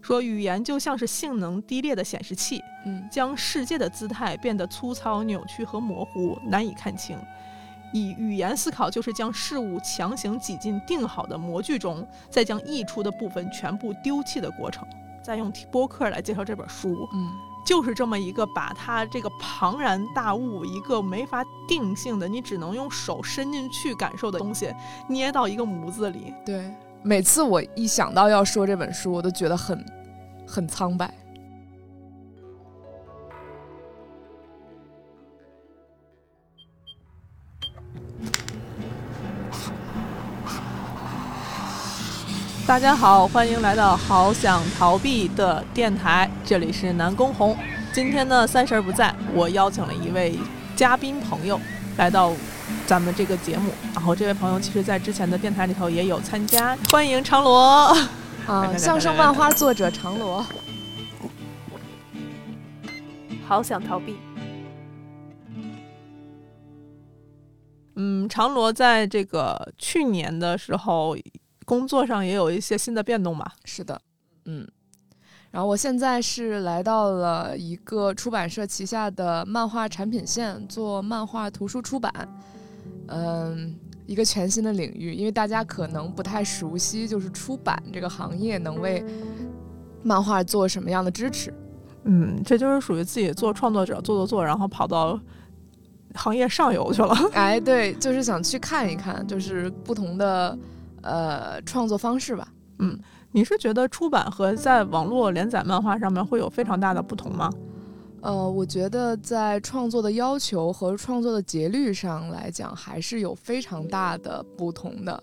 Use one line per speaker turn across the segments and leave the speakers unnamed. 说语言就像是性能低劣的显示器，
嗯
将世界的姿态变得粗糙、扭曲和模糊，难以看清。以语言思考就是将事物强行挤进定好的模具中，再将溢出的部分全部丢弃的过程。再用播客来介绍这本书，
嗯
就是这么一个把它这个庞然大物，一个没法定性的，你只能用手伸进去感受的东西，捏到一个模子里。
对。每次我一想到要说这本书，我都觉得很很苍白。
大家好，欢迎来到《好想逃避》的电台，这里是南宫红。今天呢，三十儿不在，我邀请了一位嘉宾朋友来到咱们这个节目。然后这位朋友其实，在之前的电台里头也有参加，欢迎长罗。
啊，相声漫画作者长罗，
好想逃避。
嗯，长罗在这个去年的时候，工作上也有一些新的变动吧？
是的，嗯。然后我现在是来到了一个出版社旗下的漫画产品线，做漫画图书出版，嗯，一个全新的领域。因为大家可能不太熟悉，就是出版这个行业能为漫画做什么样的支持。
嗯，这就是属于自己做创作者，做做做，然后跑到行业上游去了。
哎，对，就是想去看一看，就是不同的呃创作方式吧。
你是觉得出版和在网络连载漫画上面会有非常大的不同吗？
呃，我觉得在创作的要求和创作的节律上来讲，还是有非常大的不同的。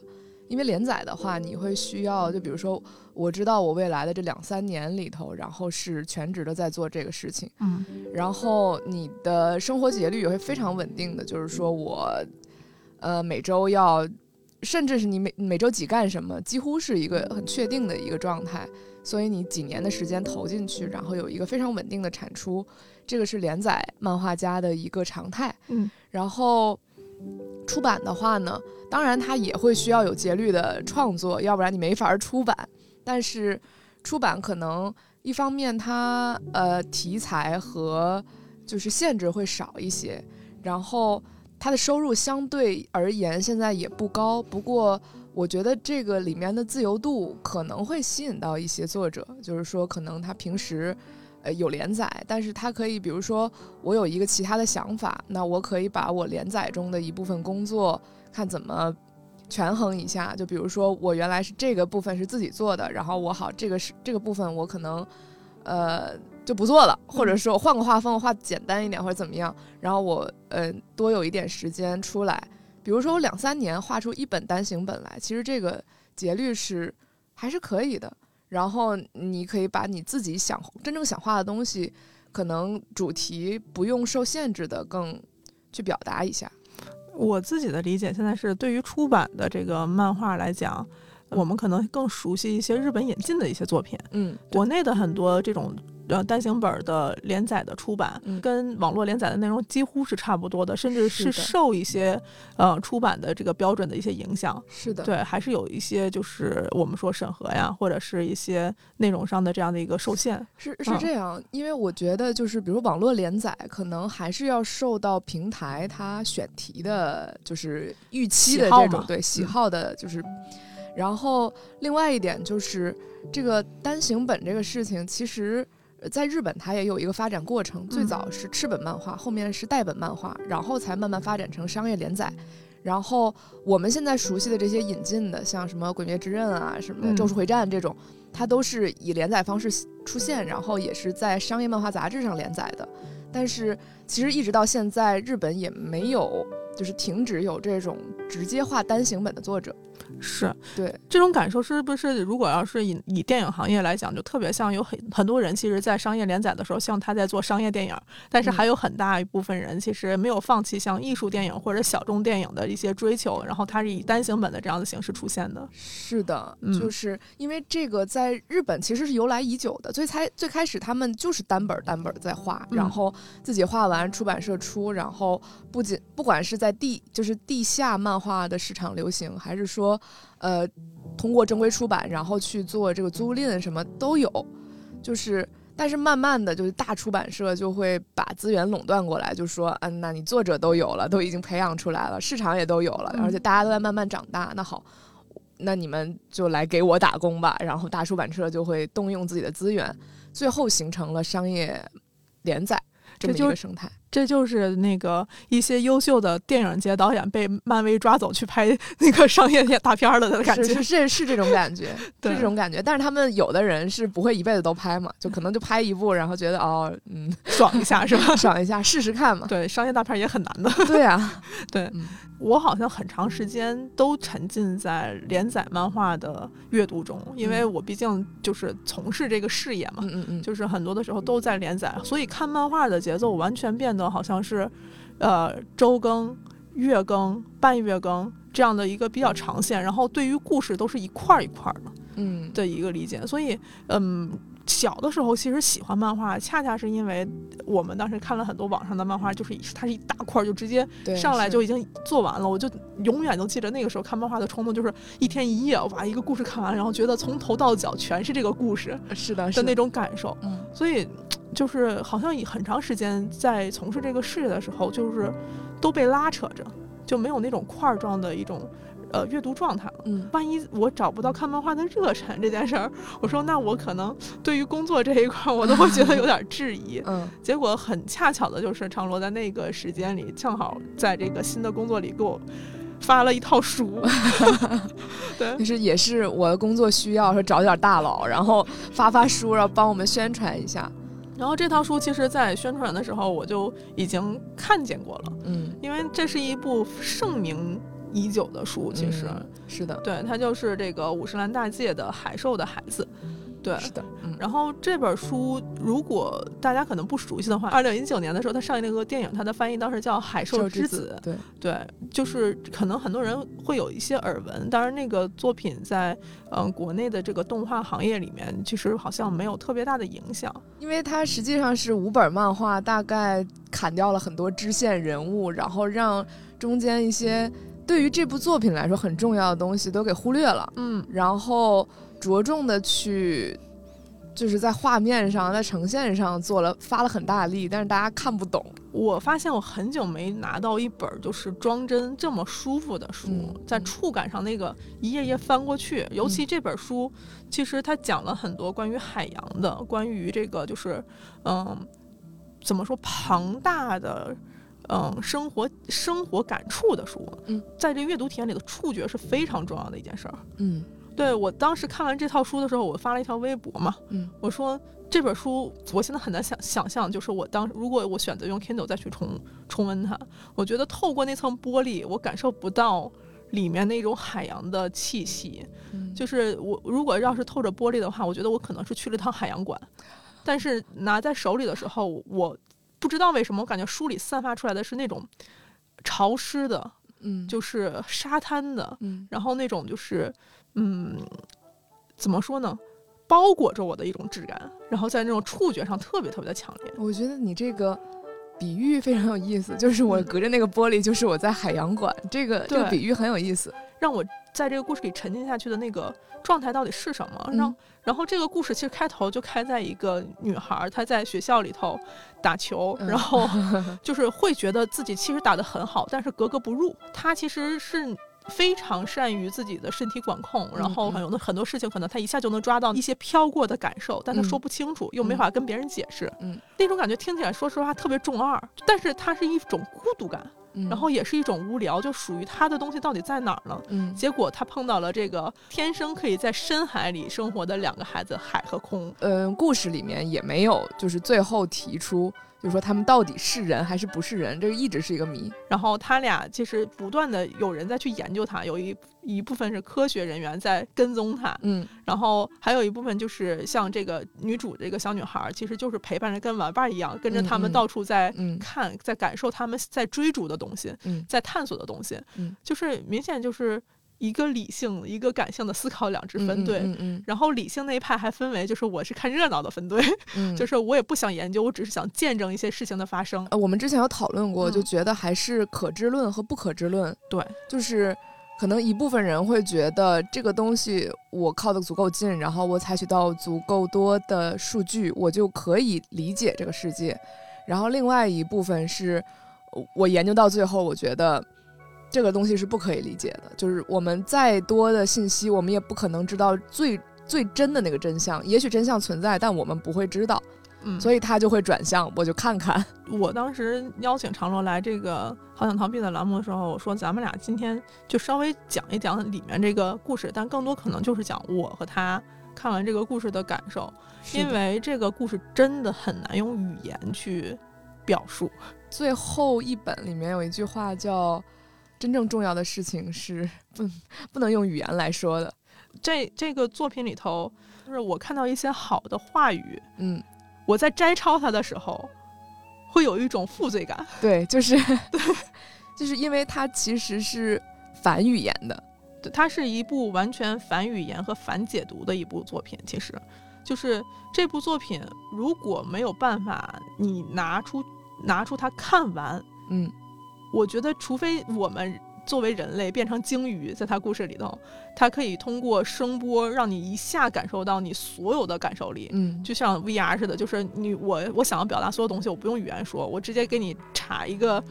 因为连载的话，你会需要，就比如说，我知道我未来的这两三年里头，然后是全职的在做这个事情，
嗯，
然后你的生活节律也会非常稳定的，就是说我，呃，每周要，甚至是你每每周几干什么，几乎是一个很确定的一个状态。所以你几年的时间投进去，然后有一个非常稳定的产出，这个是连载漫画家的一个常态。
嗯，
然后出版的话呢，当然它也会需要有节律的创作，要不然你没法儿出版。但是出版可能一方面它呃题材和就是限制会少一些，然后它的收入相对而言现在也不高，不过。我觉得这个里面的自由度可能会吸引到一些作者，就是说，可能他平时，呃，有连载，但是他可以，比如说，我有一个其他的想法，那我可以把我连载中的一部分工作看怎么权衡一下。就比如说，我原来是这个部分是自己做的，然后我好这个是这个部分我可能，呃，就不做了，或者说换个画风，我画简单一点或者怎么样，然后我呃多有一点时间出来。比如说我两三年画出一本单行本来，其实这个节律是还是可以的。然后你可以把你自己想真正想画的东西，可能主题不用受限制的更去表达一下。
我自己的理解现在是，对于出版的这个漫画来讲，我们可能更熟悉一些日本引进的一些作品，
嗯，
国内的很多这种。呃，单行本的连载的出版、
嗯
跟网络连载的内容几乎是差不多的，甚至
是
是
的
受一些呃出版的这个标准的一些影响。
是的，
对，还是有一些就是我们说审核呀，或者是一些内容上的这样的一个受限。
是是
嗯
这样，因为我觉得就是，比如网络连载，可能还是要受到平台它选题的，就是预期
喜
的
好
这种
嘛
对喜
嗯
好的，就是。然后另外一点就是，这个单行本这个事情，其实呃在日本它也有一个发展过程，最
嗯
早是赤本漫画，后面是代本漫画，然后才慢慢发展成商业连载。然后我们现在熟悉的这些引进的，像什么《鬼灭之刃》啊、什么
嗯
《咒术回战》这种，它都是以连载方式出现，然后也是在商业漫画杂志上连载的。但是其实一直到现在，日本也没有就是停止有这种直接画单行本的作者。
是，
对，
这种感受是不是？如果要是以以电影行业来讲，就特别像有很很多人，其实，在商业连载的时候，像他在做商业电影，但是
嗯
还有很大一部分人其实没有放弃像艺术电影或者小众电影的一些追求，然后他是以单行本的这样的形式出现的。
是的，
嗯
就是因为这个在日本其实是由来已久的，最才最开始他们就是单本儿单本儿在画，
嗯
然后自己画完出版社出，然后不仅不管是在地就是地下漫画的市场流行，还
嗯
是说呃通过正规出版然后去做这个租赁什么都有，就是但是慢慢的就是大出版社就会把资源垄断过来，就说嗯、那你作者都有了，都已经培养出来了，市场也都有了，
嗯
而且大家都在慢慢长大，那好。那你们就来给我打工吧，然后大出版社就会动用自己的资源，最后形成了商业连载
这
这么一
就
个生态。
这就是那个一些优秀的电影节导演被漫威抓走去拍那个商业片大片儿了的感觉。
是是是是这种感觉，
对
是这种感觉。但是他们有的人是不会一辈子都拍嘛，就可能就拍一部，然后觉得哦，嗯，
爽一下是吧？
爽一下试试看嘛。
对，商业大片儿也很难的。
对啊，
对
嗯
我好像很长时间都沉浸在连载漫画的阅读中，因为我毕竟就是从事这个事业嘛，
嗯嗯嗯，
就是很多的时候都在连载，所以看漫画的节奏完全变得好像是，呃，周更、月更、半月更这样的一个比较长线，然后对于故事都是一块儿一块儿的
嗯
的一个理解，所以嗯。小的时候其实喜欢漫画，恰恰是因为我们当时看了很多网上的漫画，就是一它是一大块儿就直接
对，
上来
是
就已经做完了，我就永远都记着那个时候看漫画的冲动，就是一天一夜我把一个故事看完，然后觉得从头到脚全是这个故事
是的，是
的那
种，
种感受。
嗯
所以就是好像很长时间在从事这个事业的时候，就是都被拉扯着，就没有那种块儿状的一种呃阅读状态了。
嗯
万一我找不到看漫画的热忱这件事儿，我说那我可能对于工作这一块儿，我都会觉得有点质疑。
嗯
结果很恰巧的就是长罗在那个时间里，正好在这个新的工作里给我发了一套 书，对
嗯就，是也是我的工作需要，说找点大佬，然后发发书，然后帮我们宣传一下。
然后这套书其实在宣传的时候我就已经看见过了，
嗯，
因为这是一部盛名已久的书，其实、
嗯是的，
对它就是这个五十岚大介的《海兽的孩子》，对。
是的，嗯
然后这本书，如果大家可能不熟悉的话，二零一九年的时候，它上映了一个电影，它的翻译当时叫《海兽之子》，
对，
对，就是可能很多人会有一些耳闻，当然那个作品在嗯、呃国内的这个动画行业里面，其实好像没有特别大的影响。
因为它实际上是五本漫画，大概砍掉了很多支线人物，然后让中间一些对于这部作品来说很重要的东西都给忽略了，
嗯，
然后着重的去。就是在画面上，在呈现上做了发了很大力，但是大家看不懂。
我发现我很久没拿到一本就是装帧这么舒服的书，
嗯
在
嗯
触感上那个一页页翻过去，尤其这本书，其实它讲了很多关于海洋的，关于这个就是嗯、怎么说庞大的。嗯，生活生活感触的书，
嗯，
在这阅读体验里的触觉是非常重要的一件事儿。
嗯
对我当时看完这套书的时候，我发了一条微博嘛，
嗯，
我说这本书我现在很难想想象，就是我当如果我选择用 Kindle 再去重重温它，我觉得透过那层玻璃，我感受不到里面那种海洋的气息。
嗯
就是我如果要是透着玻璃的话，我觉得我可能是去了趟海洋馆，但是拿在手里的时候，我不知道为什么，我感觉书里散发出来的是那种潮湿的，
嗯
就是沙滩的，
嗯
然后那种就是，嗯，怎么说呢，包裹着我的一种质感，然后在那种触觉上特别特别的强烈。
我觉得你这个比喻非常有意思，就是我隔着那个玻璃，就是我在海洋馆，这个这个
对
比喻很有意思。
让我在这个故事里沉浸下去的那个状态到底是什么？让、
嗯
然后这个故事其实开头就开在一个女孩儿她在学校里头打球，
嗯
然 后就是会觉得自己其实打得很好，但是格格不入。她其实是。非常善于自己的身体管控，
嗯
然后很有的很多事情可能她一下就能抓到一些飘过的感受，但她
嗯
说不清楚，又没
嗯
法跟别人解释，
嗯
那种感觉听起来说实话特别中二，但是它是一种孤独感，
嗯
然后也是一种无聊，就属于他的东西到底在哪儿呢？
嗯
结果他碰到了这个天生可以在深海里生活的两个孩子，海和空。
嗯，故事里面也没有，就是最后提出，就是说他们到底是人还是不是人，这个一直是一个谜。
然后他俩其实不断的有人在去研究他，有一一部分是科学人员在跟踪他，
嗯
然后还有一部分就是像这个女主这个小女孩，其实就是陪伴着跟玩伴一样，跟着他
嗯
们
嗯
到处在
嗯
看，在感受他们在追逐的东西，
嗯
在探索的东西，
嗯
就是明显就是一个理性一个感性的思考两支分队。
嗯嗯
然后理性那一派还分为，就是我是看热闹的分队，
嗯，。
就是是我也不想研究，我只是想见证一些事情的发生。
呃，我们之前有讨论过，
嗯
就觉得还是可知论和不可知论，
对，
就是可能一部分人会觉得这个东西我靠得足够近，然后我采取到足够多的数据，我就可以理解这个世界。然后另外一部分是，我我研究到最后，我觉得这个东西是不可以理解的。就是我们再多的信息，我们也不可能知道最最真的那个真相。也许真相存在，但我们不会知道，
嗯，
所以他就会转向，我就看看。
我当时邀请长罗来这个“好想逃避”的栏目的时候，我说咱们俩今天就稍微讲一讲里面这个故事，但更多可能就是讲我和他看完这个故事的感受，因为这个故事真的很难用语言去表述。
最后一本里面有一句话叫“真正重要的事情是 不不能用语言来说的
这这个作品里头，就是我看到一些好的话语，”。
嗯，
我在摘抄它的时候，会有一种负罪感。
对，就是 就是因为它其实是反语言的。
对它是一部完全反语言和反解读的一部作品。其实，就是这部作品如果没有办法你拿出拿出它看完，
嗯，
我觉得除非我们作为人类变成鲸鱼，在它故事里头，它可以通过声波让你一下感受到你所有的感受力。
嗯，
就像 VR 似的，就是你我我想要表达所有东西，我不用语言说，我直接给你插一 个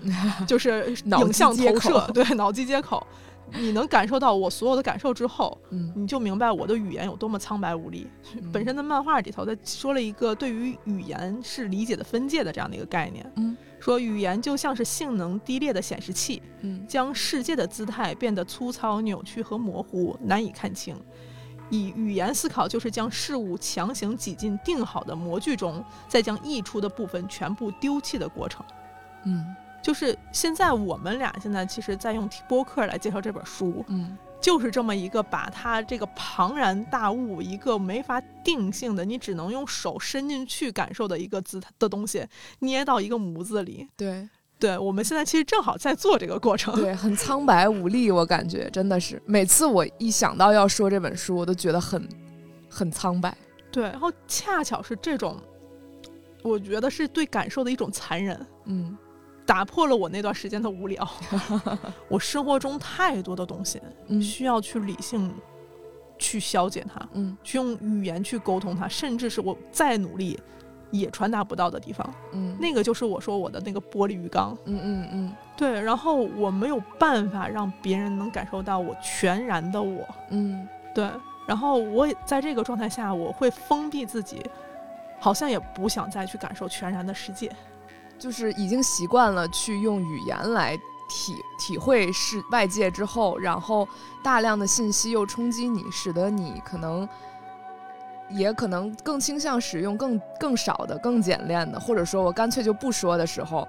就是
脑
影
机
像
接
投射
口，
对脑机接口，你能感受到我所有的感受之后，
嗯，
你就明白我的语言有多么苍白无力。
嗯
本身的漫画里头，他说了一个对于语言是理解的分界的这样的一个概念，
嗯
说语言就像是性能低劣的显示器，
嗯
将世界的姿态变得粗糙、扭曲和模糊，难以看清。以语言思考就是将事物强行挤进定好的模具中，再将溢出的部分全部丢弃的过程。
嗯
就是现在我们俩现在其实在用播客来介绍这本书，
嗯
就是这么一个把它这个庞然大物，一个没法定性的，你只能用手伸进去感受的一个姿态的东西，捏到一个模子里。
对
对我们现在其实正好在做这个过程。
对，很苍白无力，我感觉真的是每次我一想到要说这本书，我都觉得很很苍白。
对，然后恰巧是这种，我觉得是对感受的一种残忍，
嗯
打破了我那段时间的无 聊。我生活中太多的东西
嗯
需要去理性去消解它，
嗯
去用语言去沟通它，甚至是我再努力也传达不到的地方。
嗯
那个就是我说我的那个玻璃鱼缸。
嗯嗯嗯
对，然后我没有办法让别人能感受到我全然的我。
嗯
对，然后我也在这个状态下，我会封闭自己，好像也不想再去感受全然的世界。
就是已经习惯了去用语言来体体会是外界之后，然后大量的信息又冲击你，使得你可能也可能更倾向使用更更少的、更简练的，或者说我干脆就不说的时候，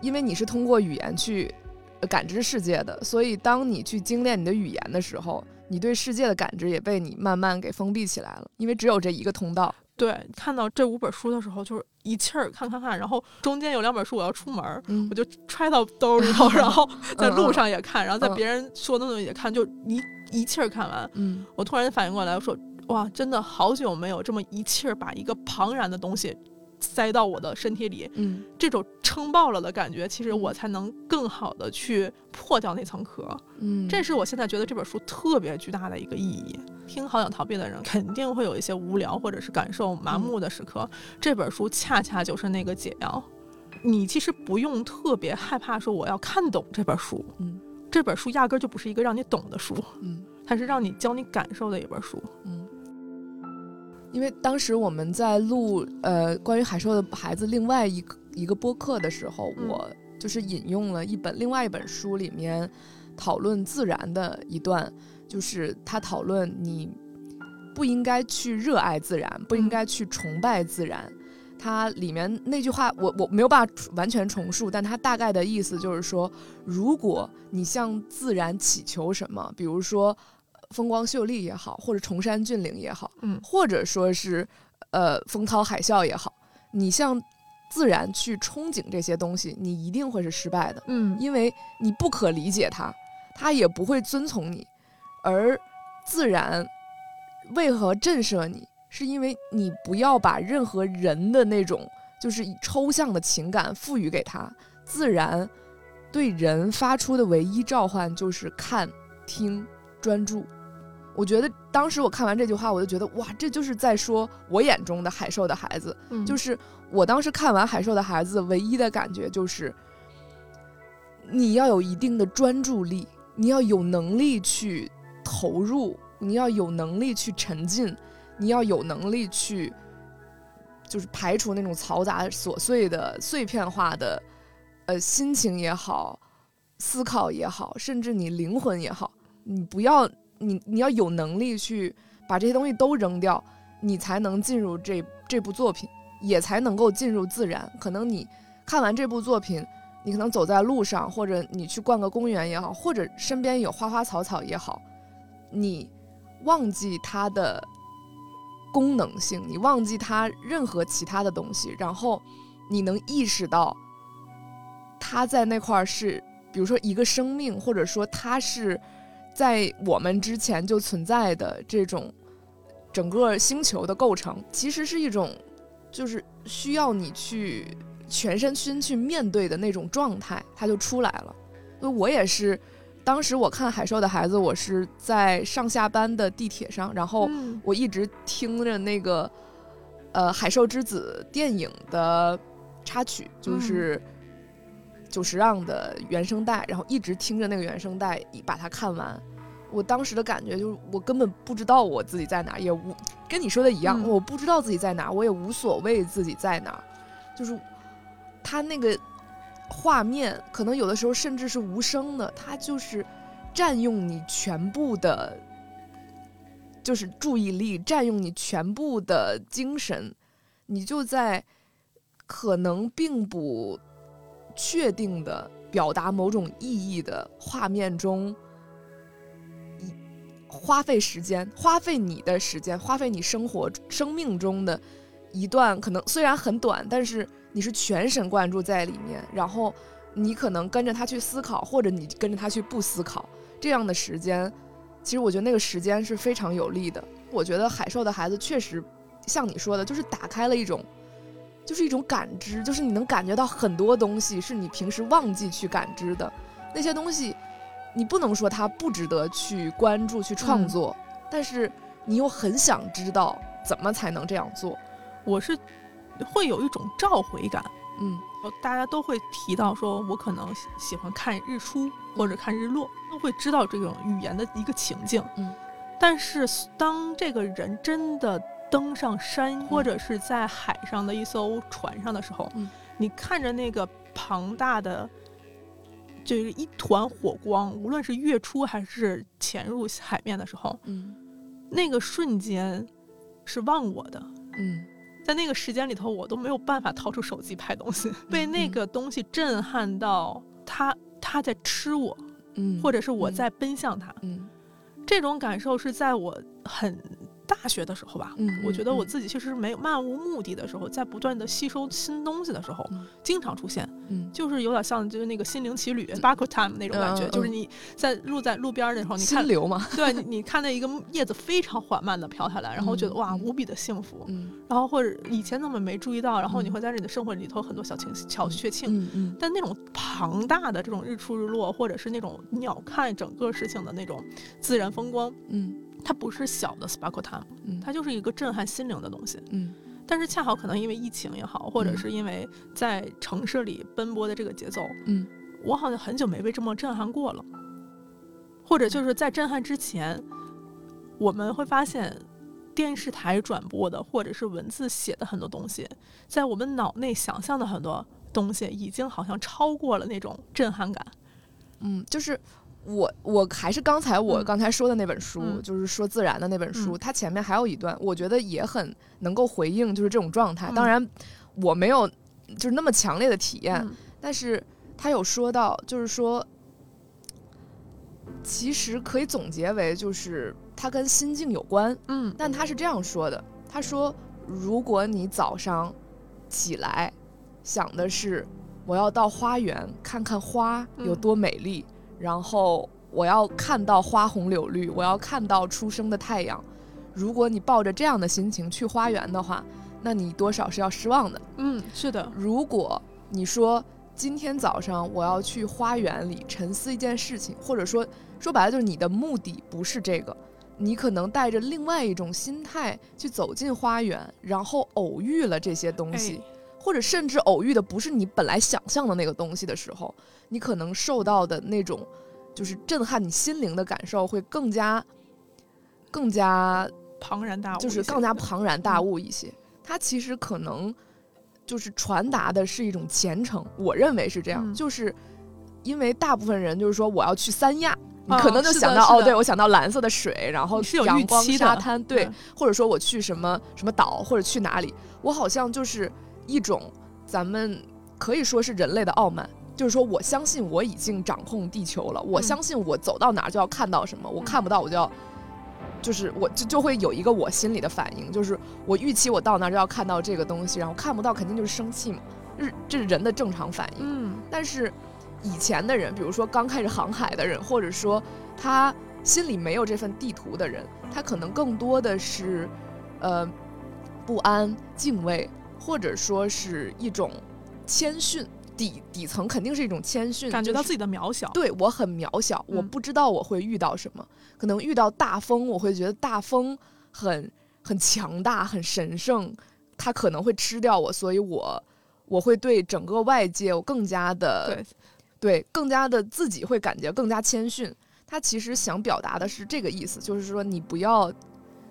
因为你是通过语言去呃感知世界的，所以当你去精炼你的语言的时候，你对世界的感知也被你慢慢给封闭起来了，因为只有这一个通道。
对，看到这五本书的时候，就是一气儿看看看，然后中间有两本书我要出门儿，
嗯
我就揣到兜里头，然后在
嗯
路
嗯
上也看，然后在
嗯
别人说的东西也看，就一一气儿看完。
嗯
我突然反应过来，我说哇，真的好久没有这么一气儿把一个庞然的东西塞到我的身体里，
嗯
这种撑爆了的感觉，其实我才能更好的去破掉那层壳。
嗯，
这是我现在觉得这本书特别巨大的一个意义。听好想逃避的人肯定会有一些无聊或者是感受麻木的时刻，这本书恰恰就是那个解药。你其实不用特别害怕说我要看懂这本书，
嗯
这本书压根儿就不是一个让你懂的书，
嗯。
它是让你教你感受的一本书。
嗯，因为当时我们在录呃关于海兽的孩子另外一个一个播客的时候，
嗯
我就是引用了一本另外一本书里面讨论自然的一段，就是他讨论你不应该去热爱自然，不应该去崇拜自然。它里面那句话，我我没有办法完全重述，但它大概的意思就是说，如果你向自然祈求什么，比如说呃风光秀丽也好，或者崇山峻岭也好，
嗯
或者说是呃风涛海啸也好，你向自然去憧憬这些东西，你一定会是失败的，
嗯
因为你不可理解它，它也不会遵从你，而自然为何震慑你，是因为你不要把任何人的那种就是以抽象的情感赋予给他。自然对人发出的唯一召唤就是看听、专注。我觉得当时我看完这句话，我就觉得哇，这就是在说我眼中的海兽的孩子。
嗯
就是我当时看完《海兽的孩子》，唯一的感觉就是，你要有一定的专注力，你要有能力去投入，你要有能力去沉浸，你要有能力去，就是排除那种嘈杂、琐碎的、呃碎片化的，呃，心情也好，思考也好，甚至你灵魂也好，你不要你你要有能力去把这些东西都扔掉，你才能进入这这部作品。也才能够进入自然。可能你看完这部作品，你可能走在路上，或者你去逛个公园也好，或者身边有花花草草也好，你忘记它的功能性，你忘记它任何其他的东西，然后你能意识到它在那块儿是，比如说一个生命，或者说它是在我们之前就存在的这种。整个星球的构成其实是一种就是需要你去全身心去面对的那种状态，它就出来了。所以我也是，当时我看《海兽的孩子》，我是在上下班的地铁上，然后
嗯
我一直听着那个呃《海兽之子》电影的插曲，就是久石让的原声带，然后一直听着那个原声带，一把它看完。我当时的感觉就是，我根本不知道我自己在哪儿，也无跟你说的一样，
嗯
我不知道自己在哪儿，我也无所谓自己在哪儿，就是他那个画面，可能有的时候甚至是无声的，它就是占用你全部的，就是注意力，占用你全部的精神，你就在可能并不确定的表达某种意义的画面中。一花费时间，花费你的时间，花费你生活生命中的一段，可能虽然很短，但是你是全神贯注在里面，然后你可能跟着他去思考，或者你跟着他去不思考，这样的时间，其实我觉得那个时间是非常有利的。我觉得海兽的孩子确实像你说的，就是打开了一种，就是一种感知，就是你能感觉到很多东西是你平时忘记去感知的那些东西，你不能说它不值得去关注、去创
嗯
作，但是你又很想知道怎么才能这样做。
我是会有一种召回感。
嗯
呃大家都会提到说，我可能喜喜欢看日
嗯
出或者看日落，都会知道这种语言的一个情境。
嗯，
但是当这个人真的登上山，或者是在海上的一艘船上的时候，
嗯
你看着那个庞大的。就是一团火光，无论是月出还是潜入海面的时候，
嗯
那个瞬间是忘我的，
嗯
在那个时间里头，我都没有办法掏出手机拍东 西，被
嗯
那个东西震撼到它，它在吃我，
嗯
或者是我在奔向它。
嗯
这种感受是在我很大学的时候吧，
嗯
我觉得
嗯
我自己其实是没有漫无目的的时候，在不断的吸收新东西的时候
嗯，
经常出现，
嗯
就是有点像就是那个心灵奇旅 （Sparkle Time） 那种感觉，
嗯嗯
就是你在路在路边儿的时候，你看
心。流嘛，
对你，你看到一个叶子非常缓慢的飘下来，然后觉得
嗯
哇，
嗯
无比的幸福。
嗯
然后或者以前根本没注意到，然后你
嗯
会在你的生活里头很多小情小确幸。
嗯嗯
但那种庞大的这种日出日落，或者是那种鸟看整个事情的那种自然风光，
嗯
它不是小的 sparkle time，
嗯，
它就是一个震撼心灵的东西。
嗯
但是恰好可能因为疫情也好，或者
嗯
是因为在城市里奔波的这个节奏，
嗯
我好像很久没被这么震撼过了。或者就是在震撼之前，我们会发现电视台转播的或者是文字写的很多东西，在我们脑内想象的很多东西，已经好像超过了那种震撼感。
嗯，就是我我还是刚才我
嗯
刚才说的那本书，
嗯
就是说自然的那本书，
嗯
它前面还有一段，我觉得也很能够回应就是这种状态。
嗯
当然，我没有就是那么强烈的体验，
嗯
但是他有说到，就是说，其实可以总结为就是它跟心境有关。
嗯
但他是这样说的：他说，如果你早上起来想的是我要到花园看看花有
嗯
多美丽，然后我要看到花红柳绿，我要看到初升的太阳，如果你抱着这样的心情去花园的话，那你多少是要失望的。
嗯，是的，
如果你说今天早上我要去花园里沉思一件事情，或者说说白了就是你的目的不是这个，你可能带着另外一种心态去走进花园，然后偶遇了这些东西，
哎
或者甚至偶遇的不是你本来想象的那个东西的时候，你可能受到的那种就是震撼你心灵的感受会更加更加
庞然大物
就是
一些嗯
更加庞然大物一些。它其实可能就是传达的是一种虔诚，我认为是这样，
嗯
就是因为大部分人就是说我要去三亚。你
啊
可能就是想
的
到、
是
哦，
的
对我想到蓝色的水，然后
你是有
阳
预
光
期的
沙滩，对，
嗯
或者说我去什么什么岛，或者去哪里，我好像就是一种咱们可以说是人类的傲慢，就是说我相信我已经掌控地球了，我
嗯
相信我走到哪儿就要看到什么，我
嗯
看不到我就要，就是我就就会有一个我心里的反应，就是我预期我到那儿就要看到这个东西，然后看不到肯定就是生气嘛，这是这是人的正常反应。
嗯
但是以前的人，比如说刚开始航海的人，或者说他心里没有这份地图的人，他可能更多的是呃不安、敬畏，或者说是一种谦逊。底底层肯定是一种谦逊，
感觉
嗯就
到
是
自己的渺小，
对我很渺小，我
嗯
不知道我会遇到什么，可能遇到大风，我会觉得大风很很强大、很神圣，它可能会吃掉我，所以我我会对整个外界我更加的
对
对更加的自己会感觉更加谦逊。他其实想表达的是这个意思，就是说你不要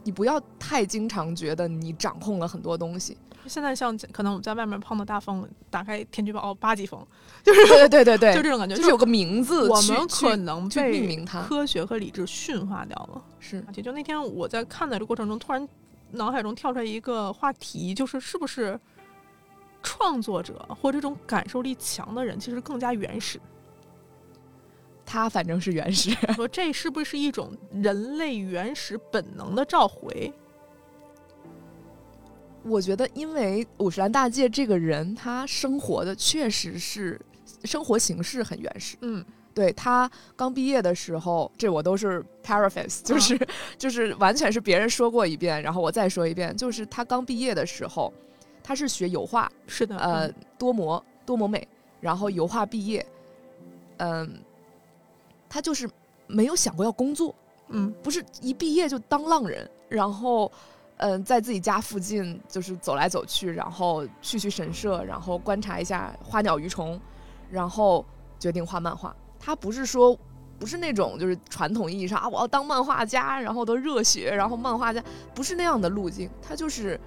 你不要太经常觉得你掌控了很多东西，
现在像可能我们在外面碰到大风，打开天气预报哦八级风，
对对对对
就
对，
这种感觉，
就是有个名字
我
去
们
去
可能
去
被
命名它
科学和理智驯化掉了。
是
也就那天我在看的这个过程中，突然脑海中跳出来一个话题，就是是不是创作者或这种感受力强的人，其实更加原始。
它反正是原始。
我说这是不是一种人类原始本能的召回？
我觉得，因为五十岚大介这个人，他生活的确实是生活形式很原始。
嗯，
对他刚毕业的时候，这我都是 paraphrase，就是、就是完全是别人说过一遍，然后我再说一遍。就是他刚毕业的时候，他是学油画，
是的，
呃
嗯，
多模多模美，然后油画毕业，嗯、他就是没有想过要工作，
嗯，
不是一毕业就当浪人，然后，嗯、在自己家附近就是走来走去，然后去去神社，然后观察一下花鸟鱼虫，然后决定画漫画。他不是说不是那种就是传统意义上啊，我要当漫画家，然后都热血，然后漫画家不是那样的路径，他就是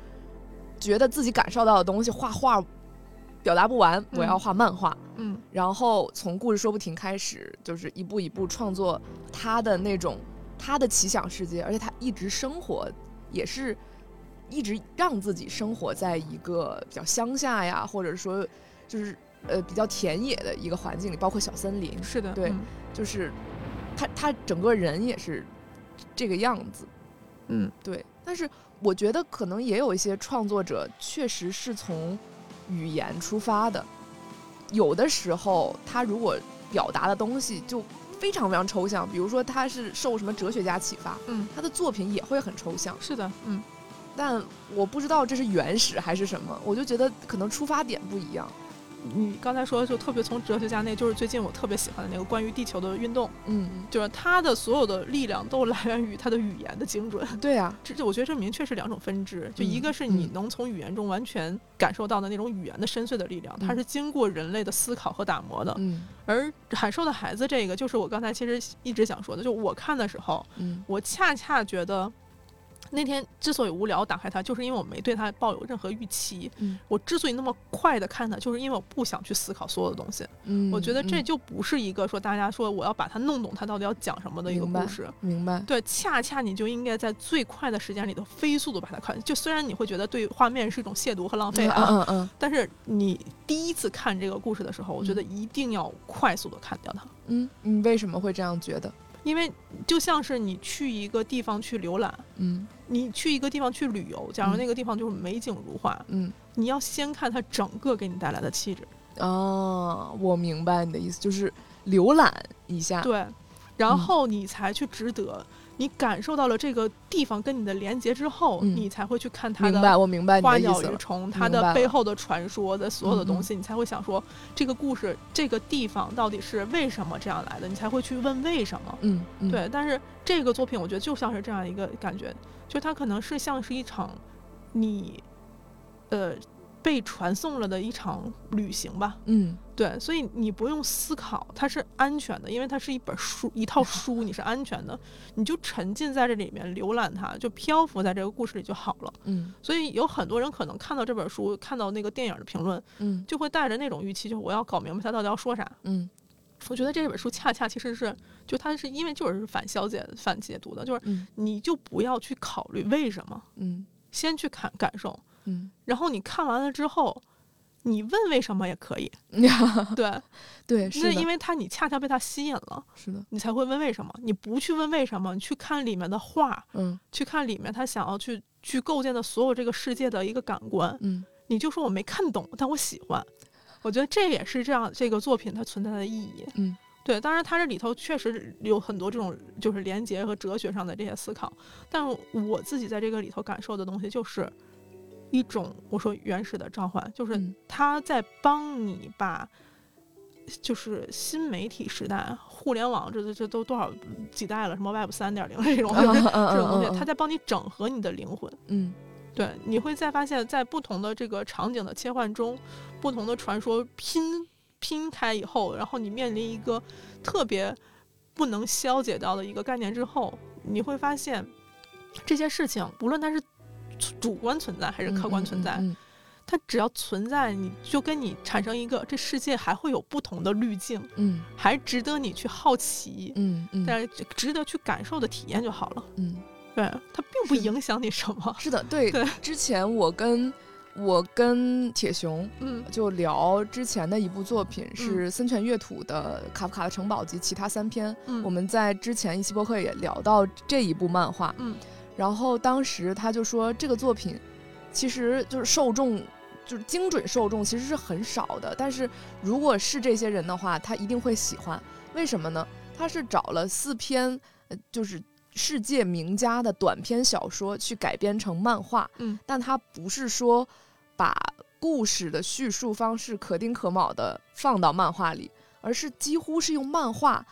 觉得自己感受到的东西，画画表达不完，我要画漫画。
嗯，
然后从故事说不停开始，就是一步一步创作他的那种他的奇想世界，而且他一直生活也是一直让自己生活在一个比较乡下呀，或者说就是呃比较田野的一个环境里，包括小森林，
是的，
对
嗯
就是他他整个人也是这个样子，
嗯，
对。但是我觉得可能也有一些创作者确实是从语言出发的，有的时候他如果表达的东西就非常非常抽象，比如说他是受什么哲学家启发，
嗯，
他的作品也会很抽象。
是的，嗯，
但我不知道这是原始还是什么，我就觉得可能出发点不一样。
你嗯刚才说的就特别从哲学家那，就是最近我特别喜欢的那个关于地球的运动，
嗯，
就是他的所有的力量都来源于他的语言的精准。
对啊，
这这，我觉得这明确是两种分 支，就
嗯
一个是你
嗯
能从语言中完全感受到的那种语言的深邃的力量，它
嗯
是经过人类的思考和打磨的。
嗯
而海兽的孩子这个，就是我刚才其实一直想说的，就我看的时候，
嗯
我恰恰觉得。那天之所以无聊打开它，就是因为我没对它抱有任何预期。
嗯
我之所以那么快的看它，就是因为我不想去思考所有的东西。
嗯，
我觉得这
嗯
就不是一个说大家说我要把它弄懂它到底要讲什么的一个
明白
故事。
明白。
对，恰恰你就应该在最快的时间里头飞速度把它看。就虽然你会觉得对画面是一种亵渎和浪费
嗯
啊，
嗯嗯嗯
但是你第一次看这个故事的时候，我觉得一定要快速的看掉它，
嗯，你为什么会这样觉得？
因为就像是你去一个地方去浏览。
嗯
你去一个地方去旅游，假如
嗯
那个地方就是美景如画，
嗯。
你要先看它整个给你带来的气质，
哦，我明白你的意思，就是浏览一下。
对，然后你才去值得。你感受到了这个地方跟你的连接之后，
嗯
你才会去看它
明
的
白，我明白你
花
的意
鸟
思
鱼
了。
虫，
白
它
了嗯
的背后的传说的所有的东西，你才会想说这个故事、这个地方到底是为什么这样来的，你才会去问为什么。
嗯，嗯，
对，但是这个作品我觉得就像是这样一个感觉，就它可能是像是一场你呃被传送了的一场旅行吧。
嗯，
对，所以你不用思考，它是安全的，因为它是一本书，一套书，你是安全的，你就沉浸在这里面浏览它，就漂浮在这个故事里就好了。
嗯，
所以有很多人可能看到这本书，看到那个电影的评论，
嗯，
就会带着那种预期，就我要搞明白它到底要说啥。
嗯，
我觉得这本书恰恰其实是，就它是因为就是反消解、反解读的，就是
嗯，
你就不要去考虑为什么，
嗯，
先去看感受，
嗯，
然后你看完了之后，你问为什么也可以，对，
嗯 对，
那
是
因
的，
为它你恰恰被它吸引了，
是的，
你才会问为什么。你不去问为什么，你去看里面的画，
嗯，
去看里面他想要去去构建的所有这个世界的一个感官，
嗯，
你就说我没看懂，但我喜欢。我觉得这也是这样这个作品它存在的意义。
嗯，
对，当然它这里头确实有很多这种就是连结和哲学上的这些思考，但我自己在这个里头感受的东西就是一种我说原始的召唤，就是
嗯
它在帮你把。就是新媒体时代，互联网这这这都多少几代了，什么 Web 三点零这种，
嗯
就是
嗯嗯
这种东
嗯
西，它
嗯
在帮你整合你的灵魂。
嗯
对，你会再发现，在不同的这个场景的切换中，不同的传说拼拼开以后，然后你面临一个特别不能消解掉的一个概念之后，你会发现这些事情，无论它是主观存在还是客观存在，
嗯嗯嗯
它只要存在，你就跟你产生一个这世界还会有不同的滤镜，
嗯
还值得你去好奇，
嗯嗯，
但是值得去感受的体验就好了。
嗯，
对，它并不
是的
影响你什么。
是的，对
对。
之前我跟我跟铁熊
嗯
就聊之前的一部作品是森泉乐土的《卡夫卡的城堡》及其他三篇。
嗯，
我们在之前一期播客也聊到这一部漫画，
嗯，
然后当时他就说这个作品其实就是受众。就是精准受众其实是很少的，但是如果是这些人的话，他一定会喜欢。为什么呢？他是找了四篇，呃就是世界名家的短篇小说去改编成漫画，
嗯，
但他不是说把故事的叙述方式可丁可卯的放到漫画里，而是几乎是用漫画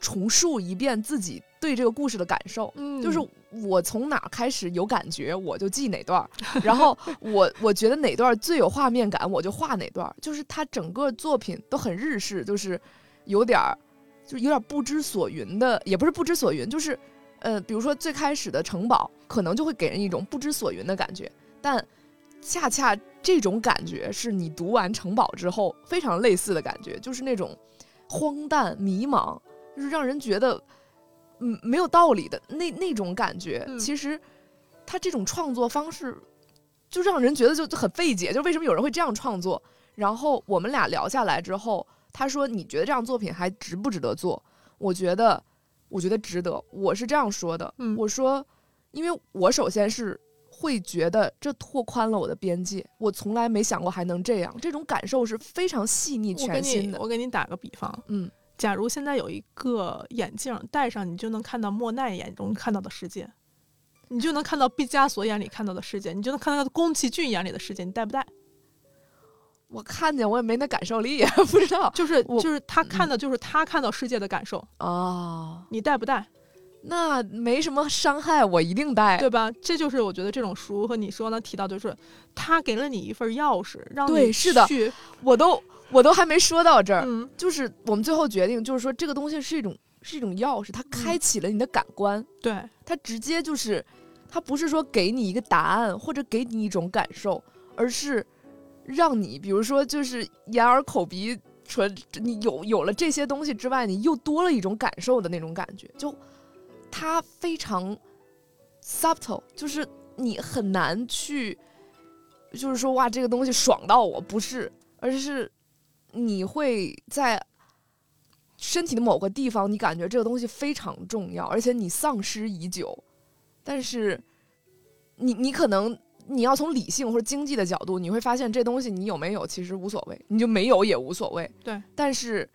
重述一遍自己对这个故事的感受。
嗯
就是我从哪儿开始有感觉，我就记哪段儿，然后我我觉得哪段儿最有画面感，我就画哪段儿。就是他整个作品都很日式，就是有点儿，就是有点儿不知所云的，也不是不知所云，就是呃，比如说最开始的城堡，可能就会给人一种不知所云的感觉，但恰恰这种感觉是你读完城堡之后非常类似的感觉，就是那种荒诞迷茫，就是让人觉得嗯没有道理的那那种感觉。
嗯
其实他这种创作方式就让人觉得就就很费解，就为什么有人会这样创作？然后我们俩聊下来之后，他说你觉得这样作品还值不值得做？我觉得，我觉得值得。我是这样说的，
嗯
我说，因为我首先是会觉得这拓宽了我的边界，我从来没想过还能这样，这种感受是非常细腻
我给
全新
你，
的。
我给你打个比方，
嗯
假如现在有一个眼镜戴上，你就能看到莫奈眼中看到的世界，你就能看到毕加索眼里看到的世界，你就能看到宫崎骏眼里的世界，你戴不戴？
我看见我也没那感受力， 不知道
就是
我嗯
就是他看的就是他看到世界的感受，
哦，
你戴不戴？
那没什么伤害，我一定带。
对吧？这就是我觉得这种书和你说呢提到，就是他给了你一份钥匙，让你
对是的
去
我都我都还没说到这儿，
嗯
就是我们最后决定，就是说这个东西是一种是一种钥匙，它开
嗯
启了你的感官，
对
它直接就是，它不是说给你一个答案或者给你一种感受，而是让你，比如说就是眼耳口鼻唇，你有有了这些东西之外，你又多了一种感受的那种感觉，就它非常 subtle，就是你很难去，就是说哇这个东西爽到我，不是，而是你会在身体的某个地方，你感觉这个东西非常重要，而且你丧失已久，但是你你可能你要从理性或者经济的角度，你会发现这东西你有没有其实无所谓，你就没有也无所谓。
对，
但是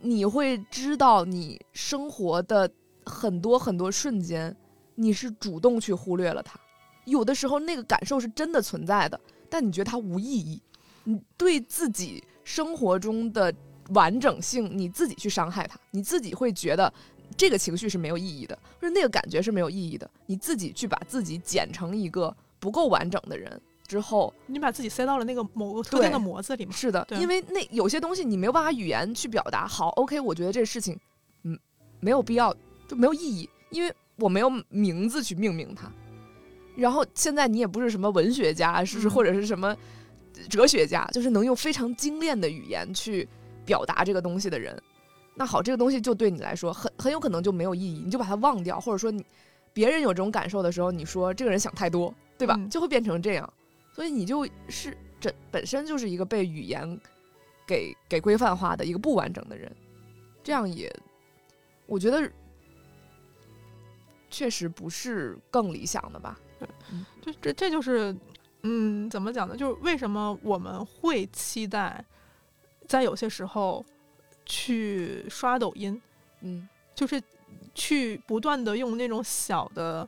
你会知道你生活的很多很多瞬间，你是主动去忽略了它。有的时候那个感受是真的存在的，但你觉得它无意义，你对自己生活中的完整性，你自己去伤害它，你自己会觉得这个情绪是没有意义的，或者那个感觉是没有意义的，你自己去把自己剪成一个不够完整的人之后，
你把自己塞到了那个某个特定的
对
模子里嘛。
是的，
对
因为那有些东西你没有办法语言去表达。好，OK，我觉得这事情，嗯，没有必要，就没有意义，因为我没有名字去命名它。然后现在你也不是什么文学家，是是
嗯
或者是什么哲学家，就是能用非常精炼的语言去表达这个东西的人。那好，这个东西就对你来说很很有可能就没有意义，你就把它忘掉，或者说你别人有这种感受的时候，你说这个人想太多，对吧？
嗯
就会变成这样，所以你就是这本身就是一个被语言给给规范化的一个不完整的人，这样也，我觉得确实不是更理想的吧。
就这这就是，嗯，怎么讲呢？就是为什么我们会期待在有些时候去刷抖音，
嗯
就是去不断的用那种小的、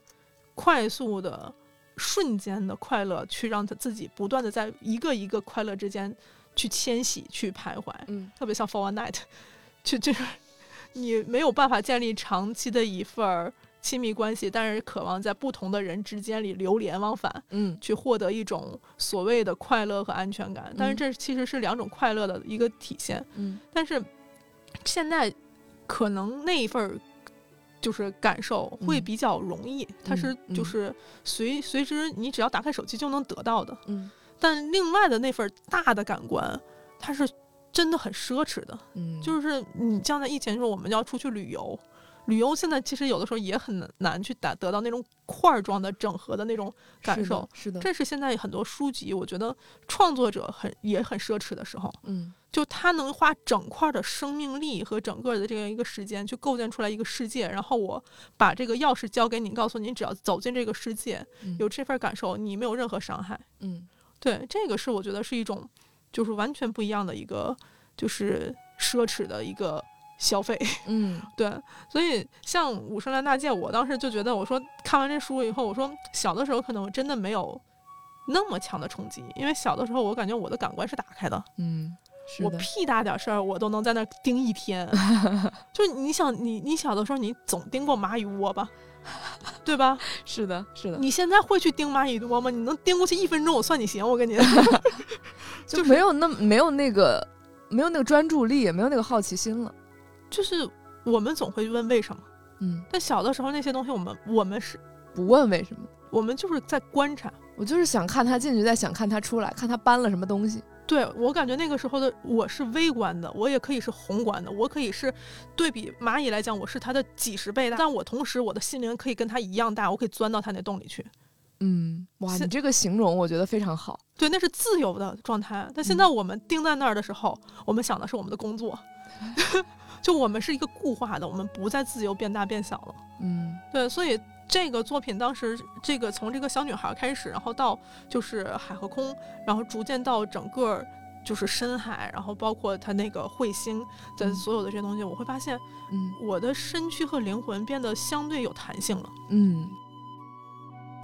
快速的、瞬间的快乐，去让他自己不断的在一个一个快乐之间去迁徙、去徘徊，
嗯，
特别像 For One Night，就 就是 你没有办法建立长期的一份儿亲密关系，但是渴望在不同的人之间里流连忘返。
嗯，
去获得一种所谓的快乐和安全感，但是
嗯
这其实是两种快乐的一个体现。
嗯，
但是现在可能那一份儿就是感受会
嗯
比较容易，它是
嗯
就
嗯
是随随之你只要打开手机就能得到的。
嗯，
但另外的那份儿大的感官，它是真的很奢侈的。
嗯，
就是你像在疫情的时候，我们要出去旅游，旅游现在其实有的时候也很难难去打得到那种块儿状的整合的那种感受。
是的，
这是现在很多书籍，我觉得创作者很也很奢侈的时候，
嗯
就他能花整块的生命力和整个的这样一个时间去构建出来一个世界，然后我把这个钥匙交给你，告诉你只要走进这个世界，
嗯
有这份感受，你没有任何伤害。
嗯
对，这个是我觉得是一种就是完全不一样的一个就是奢侈的一个消费。
嗯
对，所以像《武圣兰大戒》，我当时就觉得，我说看完这书以后，我说小的时候可能我真的没有那么强的冲击，因为小的时候我感觉我的感官是打开的，
嗯，是
我
的，
屁大点事儿我都能在那儿盯一天。 就是你想，你你小的时候你总盯过蚂蚁窝 吧，对吧？
是的，是的，
你现在会去盯蚂蚁窝吗？你能盯过去一分钟，我算你行，我跟 你。
就没有那么没有那个没有那个专注力，也没有那个好奇心了。
就是我们总会问为什么，
嗯，
但小的时候那些东西，我们我们是
不问为什么，
我们就是在观察。
我就是想看他进去，再想看他出来，看他搬了什么东西。
对我感觉那个时候的我是微观的，我也可以是宏观的，我可以是对比蚂蚁来讲，我是它的几十倍大，但我同时我的心灵可以跟它一样大，我可以钻到它那洞里去。
嗯，哇，
是
你这个形容我觉得非常好。
对，那是自由的状态。但现在我们定在那儿的时候，我们想的是我们的工作， 就我们是一个固化的，我们不再自由变大变小了。
嗯
对，所以这个作品当时这个从这个小女孩开始，然后到就是海和空，然后逐渐到整个就是深海，然后包括它那个彗星的
嗯
所有的这些东西，我会发现
嗯
我的身躯和灵魂变得相对有弹性了。
嗯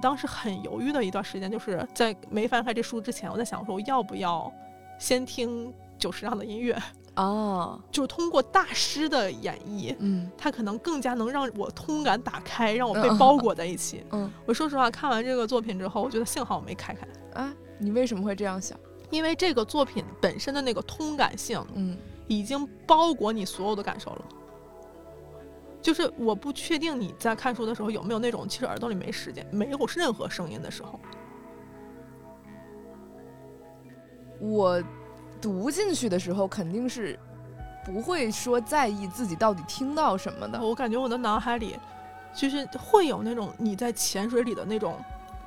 当时很犹豫的一段时间，就是在没翻开这书之前，我在想说我要不要先听久石让的音乐，
哦，
就是通过大师的演绎，
嗯
它可能更加能让我通感打开，让我
嗯
被包裹在一起。
嗯，
我说实话，看完这个作品之后，我觉得幸好我没开开，
啊，你为什么会这样想？
因为这个作品本身的那个通感性
嗯
已经包裹你所有的感受了。就是我不确定你在看书的时候有没有那种其实耳朵里没时间、没有任何声音的时候。
我读进去的时候肯定是不会说在意自己到底听到什么的。
我感觉我的脑海里就是会有那种你在潜水里的那种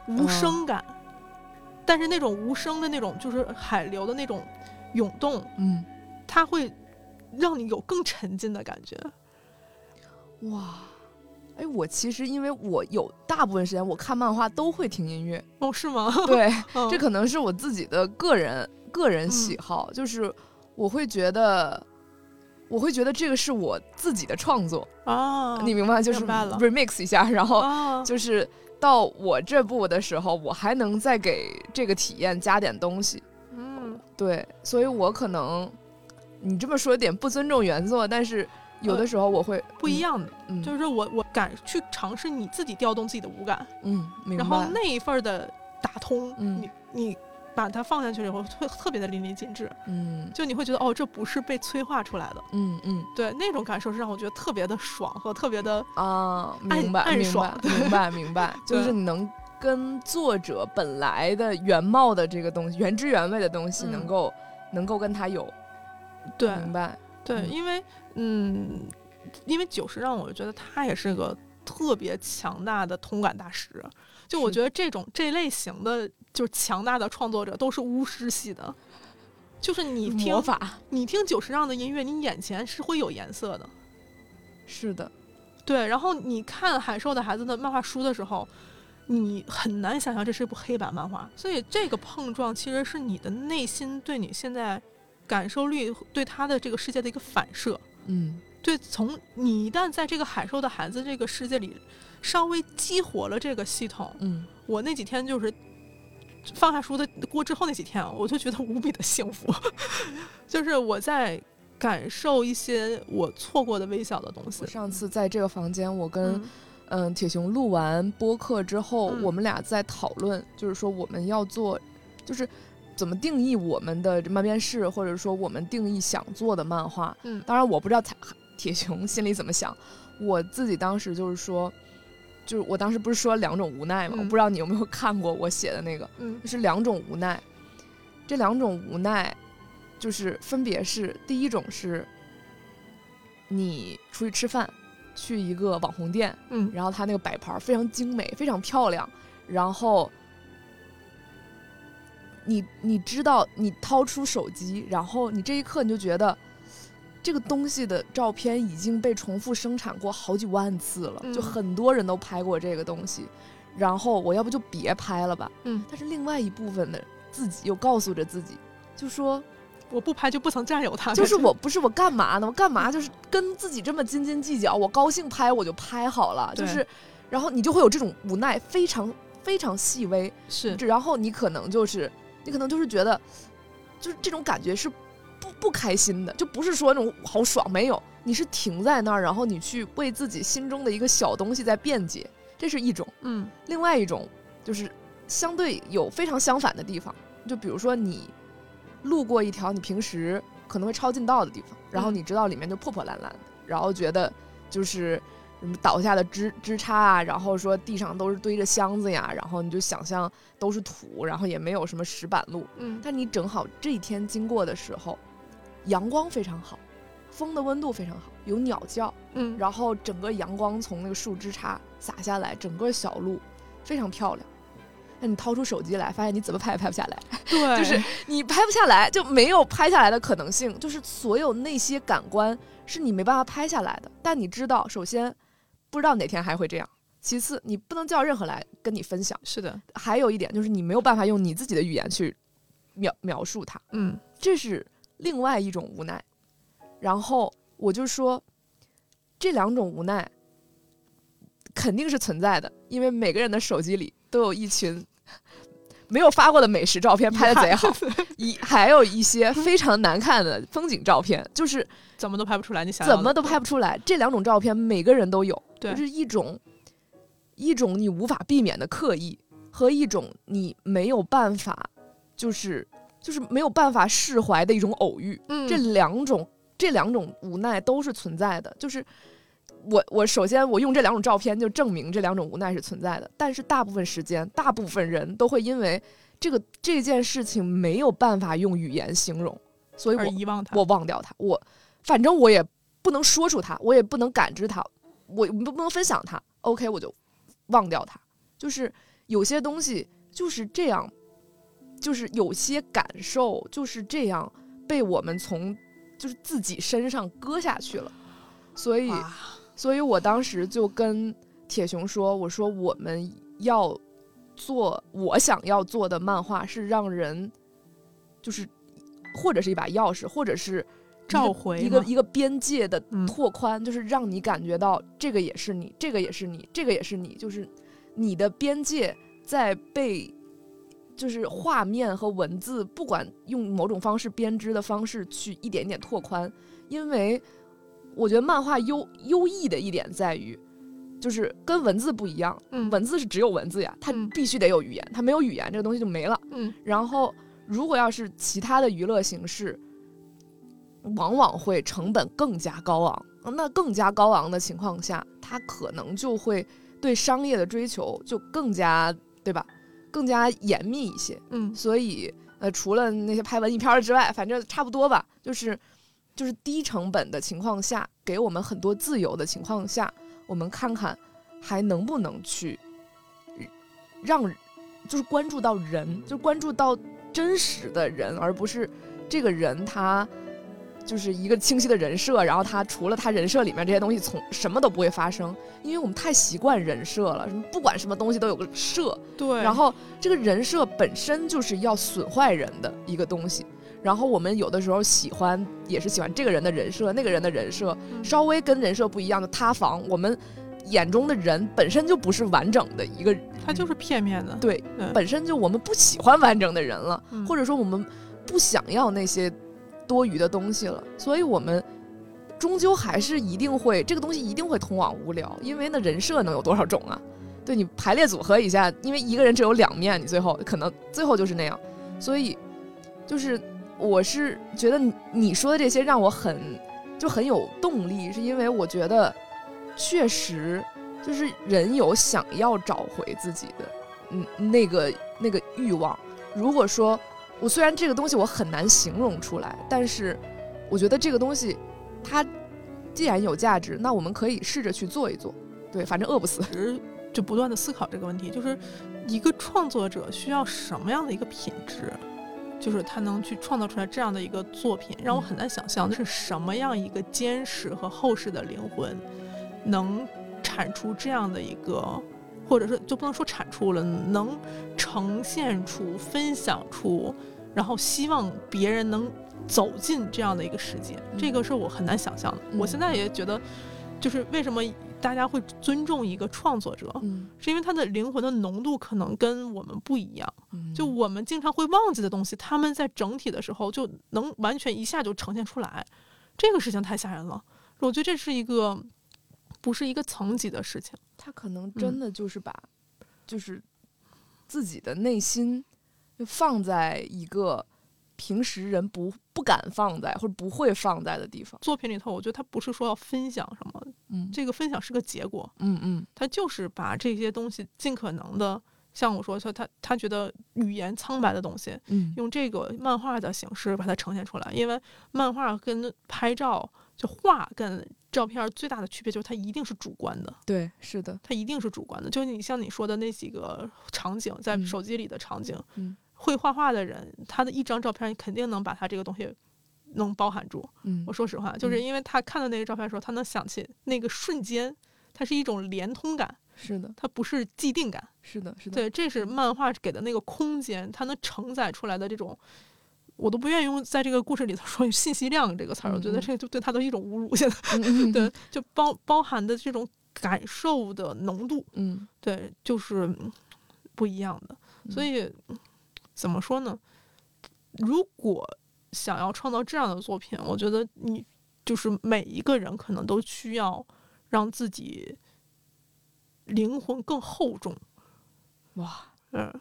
嗯
无声感，但是那种无声的那种就是海流的那种涌动，
嗯，
它会让你有更沉浸的感觉。
哇，哎，我其实因为我有大部分时间我看漫画都会听音 乐，
哦，是吗？
对，
嗯
这可能是我自己的个人个人喜好，就是我会觉得我会觉得这个是我自己的创作，
啊，
你明白吗？就是
明白了
remix 一下，然后
啊，
就是到我这步的时候，我还能再给这个体验加点东西。
嗯，
对，所以我可能你这么说有点不尊重原作，但是有的时候我会
呃不一，样的，
嗯，嗯
就是我我敢去尝试你自己调动自己的五感，
嗯，明白
然后那一份儿的打通，
嗯
你你把它放下去了以后，特特别的淋漓尽致，
嗯
就你会觉得哦，这不是被催化出来的，
嗯嗯
对，那种感受是让我觉得特别的爽和特别的，
啊，明白
暗
明白
爽
明白明白，就是你能跟作者本来的原貌的这个东西，原汁原味的东西，
嗯
能够能够跟他有
对
明白，
对，
嗯
因为嗯，因为九十让我觉得他也是个特别强大的通感大师，就我
是
觉得这种这类型的就是强大的创作者都是巫师系的。就是你听
魔法
你听久石让的音乐，你眼前是会有颜色的。
是的，
对，然后你看《海兽的孩子》的漫画书的时候，你很难想象这是一部黑白漫画。所以这个碰撞其实是你的内心对你现在感受力对他的这个世界的一个反射。
嗯
对，从你一旦在这个《海兽的孩子》这个世界里稍微激活了这个系统，
嗯，
我那几天就是放下书的锅之后那几天啊，我就觉得无比的幸福， 就是我在感受一些我错过的微小的东西
我。上次在这个房间，我跟、
嗯
嗯，铁熊录完播客之后，
嗯
我们俩在讨论，就是说我们要做，就是怎么定义我们的漫编室，或者说我们定义想做的漫画。
嗯
当然，我不知道他铁熊心里怎么想，我自己当时就是说，就是我当时不是说两种无奈嘛，
嗯
我不知道你有没有看过我写的那个，
嗯
就是两种无奈。这两种无奈，就是分别是第一种是，你出去吃饭，去一个网红店。
嗯
然后它那个摆盘儿非常精美，非常漂亮。然后你你知道，你掏出手机，然后你这一刻你就觉得这个东西的照片已经被重复生产过好几万次了，
嗯
就很多人都拍过这个东西。然后我要不就别拍了吧。
嗯，
但是另外一部分的自己又告诉着自己，就说
我不拍就不曾占有它，
就是我不是我干嘛呢？我干嘛就是跟自己这么斤斤计较？我高兴拍我就拍好了，就
对
是，然后你就会有这种无奈，非常非常细微，
是
然后你可能就是你可能就是觉得，就是这种感觉是不不开心的，就不是说那种好爽，没有，你是停在那儿，然后你去为自己心中的一个小东西在辩解，这是一种。
嗯
另外一种就是相对有非常相反的地方，就比如说你路过一条你平时可能会抄近道的地方，然后你知道里面就破破烂烂的，然后觉得就是什么倒下的枝枝杈啊，然后说地上都是堆着箱子呀，然后你就想象都是土，然后也没有什么石板路，
嗯
但你正好这一天经过的时候，阳光非常好，风的温度非常好，有鸟叫。
嗯，
然后整个阳光从那个树枝杈洒下来，整个小路非常漂亮。那你掏出手机来，发现你怎么拍也拍不下来，
对，
就是你拍不下来就没有拍下来的可能性，就是所有那些感官是你没办法拍下来的。但你知道，首先不知道哪天还会这样，其次你不能叫任何来跟你分享，
是的，
还有一点就是你没有办法用你自己的语言去描描述它。
嗯
这是另外一种无奈。然后我就说，这两种无奈肯定是存在的，因为每个人的手机里都有一群没有发过的美食照片，拍的贼好，一还有一些非常难看的风景照片，就是
怎么都拍不出来，你想要
怎么都拍不出来。这两种照片每个人都有，
对
就是一种一种你无法避免的刻意，和一种你没有办法，就是就是没有办法释怀的一种偶遇。
嗯
这两种这两种无奈都是存在的，就是。我我首先我用这两种照片就证明这两种无奈是存在的，但是大部分时间，大部分人都会因为这个这件事情没有办法用语言形容，所以我
而遗忘它，
我忘掉它，我反正我也不能说出它，我也不能感知它，我不不能分享它。OK，我就忘掉它。就是有些东西就是这样，就是有些感受就是这样被我们从就是自己身上割下去了。所以，
哇
所以我当时就跟铁熊说：“我说我们要做我想要做的漫画，是让人就是或者是一把钥匙，或者是
召回
一个
吗
一个边界的
嗯
拓宽，就是让你感觉到这个也是你，这个也是你，这个也是你，就是你的边界在被就是画面和文字，不管用某种方式编织的方式去一点一点拓宽，因为我觉得漫画优优异的一点在于，就是跟文字不一样，
嗯
文字是只有文字呀，它
嗯
必须得有语言，它没有语言这个东西就没了。
嗯
然后，如果要是其他的娱乐形式，往往会成本更加高昂。那更加高昂的情况下，它可能就会对商业的追求就更加，对吧？更加严密一些。
嗯
所以，呃，除了那些拍文艺片儿之外，反正差不多吧，就是就是低成本的情况下，给我们很多自由的情况下，我们看看还能不能去让，就是关注到人，就是关注到真实的人，而不是这个人他。就是一个清晰的人设，然后他除了他人设里面这些东西从什么都不会发生，因为我们太习惯人设了，什么不管什么东西都有个设，
对，
然后这个人设本身就是要损坏人的一个东西。然后我们有的时候喜欢，也是喜欢这个人的人设，那个人的人设，
嗯
稍微跟人设不一样的塌房，我们眼中的人本身就不是完整的一个，
它就是片面的，
对，
对
本身就我们不喜欢完整的人了，
嗯
或者说我们不想要那些多余的东西了，所以我们终究还是一定会这个东西一定会通往无聊，因为那人设能有多少种啊？对你排列组合一下，因为一个人只有两面，你最后可能最后就是那样，所以就是我是觉得你你说的这些让我很就很有动力，是因为我觉得确实就是人有想要找回自己的嗯那个那个欲望。如果说我虽然这个东西我很难形容出来，但是我觉得这个东西它既然有价值，那我们可以试着去做一做。对，反正饿不死。
就不断的思考这个问题，就是一个创作者需要什么样的一个品质，就是他能去创造出来这样的一个作品，让我很难想象是什么样一个坚实和厚实的灵魂，能产出这样的一个，或者是就不能说产出了，能呈现出、分享出，然后希望别人能走进这样的一个世界，这个是我很难想象的。我
嗯
现在也觉得，就是为什么大家会尊重一个创作者，
嗯，
是因为他的灵魂的浓度可能跟我们不一样。
嗯
就我们经常会忘记的东西，他们在整体的时候就能完全一下就呈现出来，这个事情太吓人了。我觉得这是一个不是一个层级的事情。
他可能
真
真的就是把、就是自己的内心放在一个平时人不不敢放在或者不会放在的地方。
作品里头，我觉得他不是说要分享什么，
嗯
这个分享是个结果，
嗯嗯
他就是把这些东西尽可能的，像我说，他他他觉得语言苍白的东西，
嗯
用这个漫画的形式把它呈现出来，因为漫画跟拍照就画跟照片最大的区别就是它一定是主观的，
对，是的，
它一定是主观的。就你像你说的那几个场景，在
嗯
手机里的场景，
嗯
会画画的人，他的一张照片肯定能把他这个东西能包含住。
嗯
我说实话，就是
嗯
因为他看到那个照片的时候，他能想起那个瞬间，它是一种连通感，
是的，
它不是既定感。
是的，嗯是的，
对，这是漫画给的那个空间，它能承载出来的这种，我都不愿意用在这个故事里头说“ 信息量”这个词儿，我觉得
嗯嗯
这就对它都是一种侮辱。现在
嗯，嗯
对，，就包包含的这种感受的浓度，
嗯
对，就是嗯不一样的。所以嗯怎么说呢？如果想要创造这样的作品，我觉得你就是每一个人可能都需要让自己灵魂更厚重。
哇，
嗯，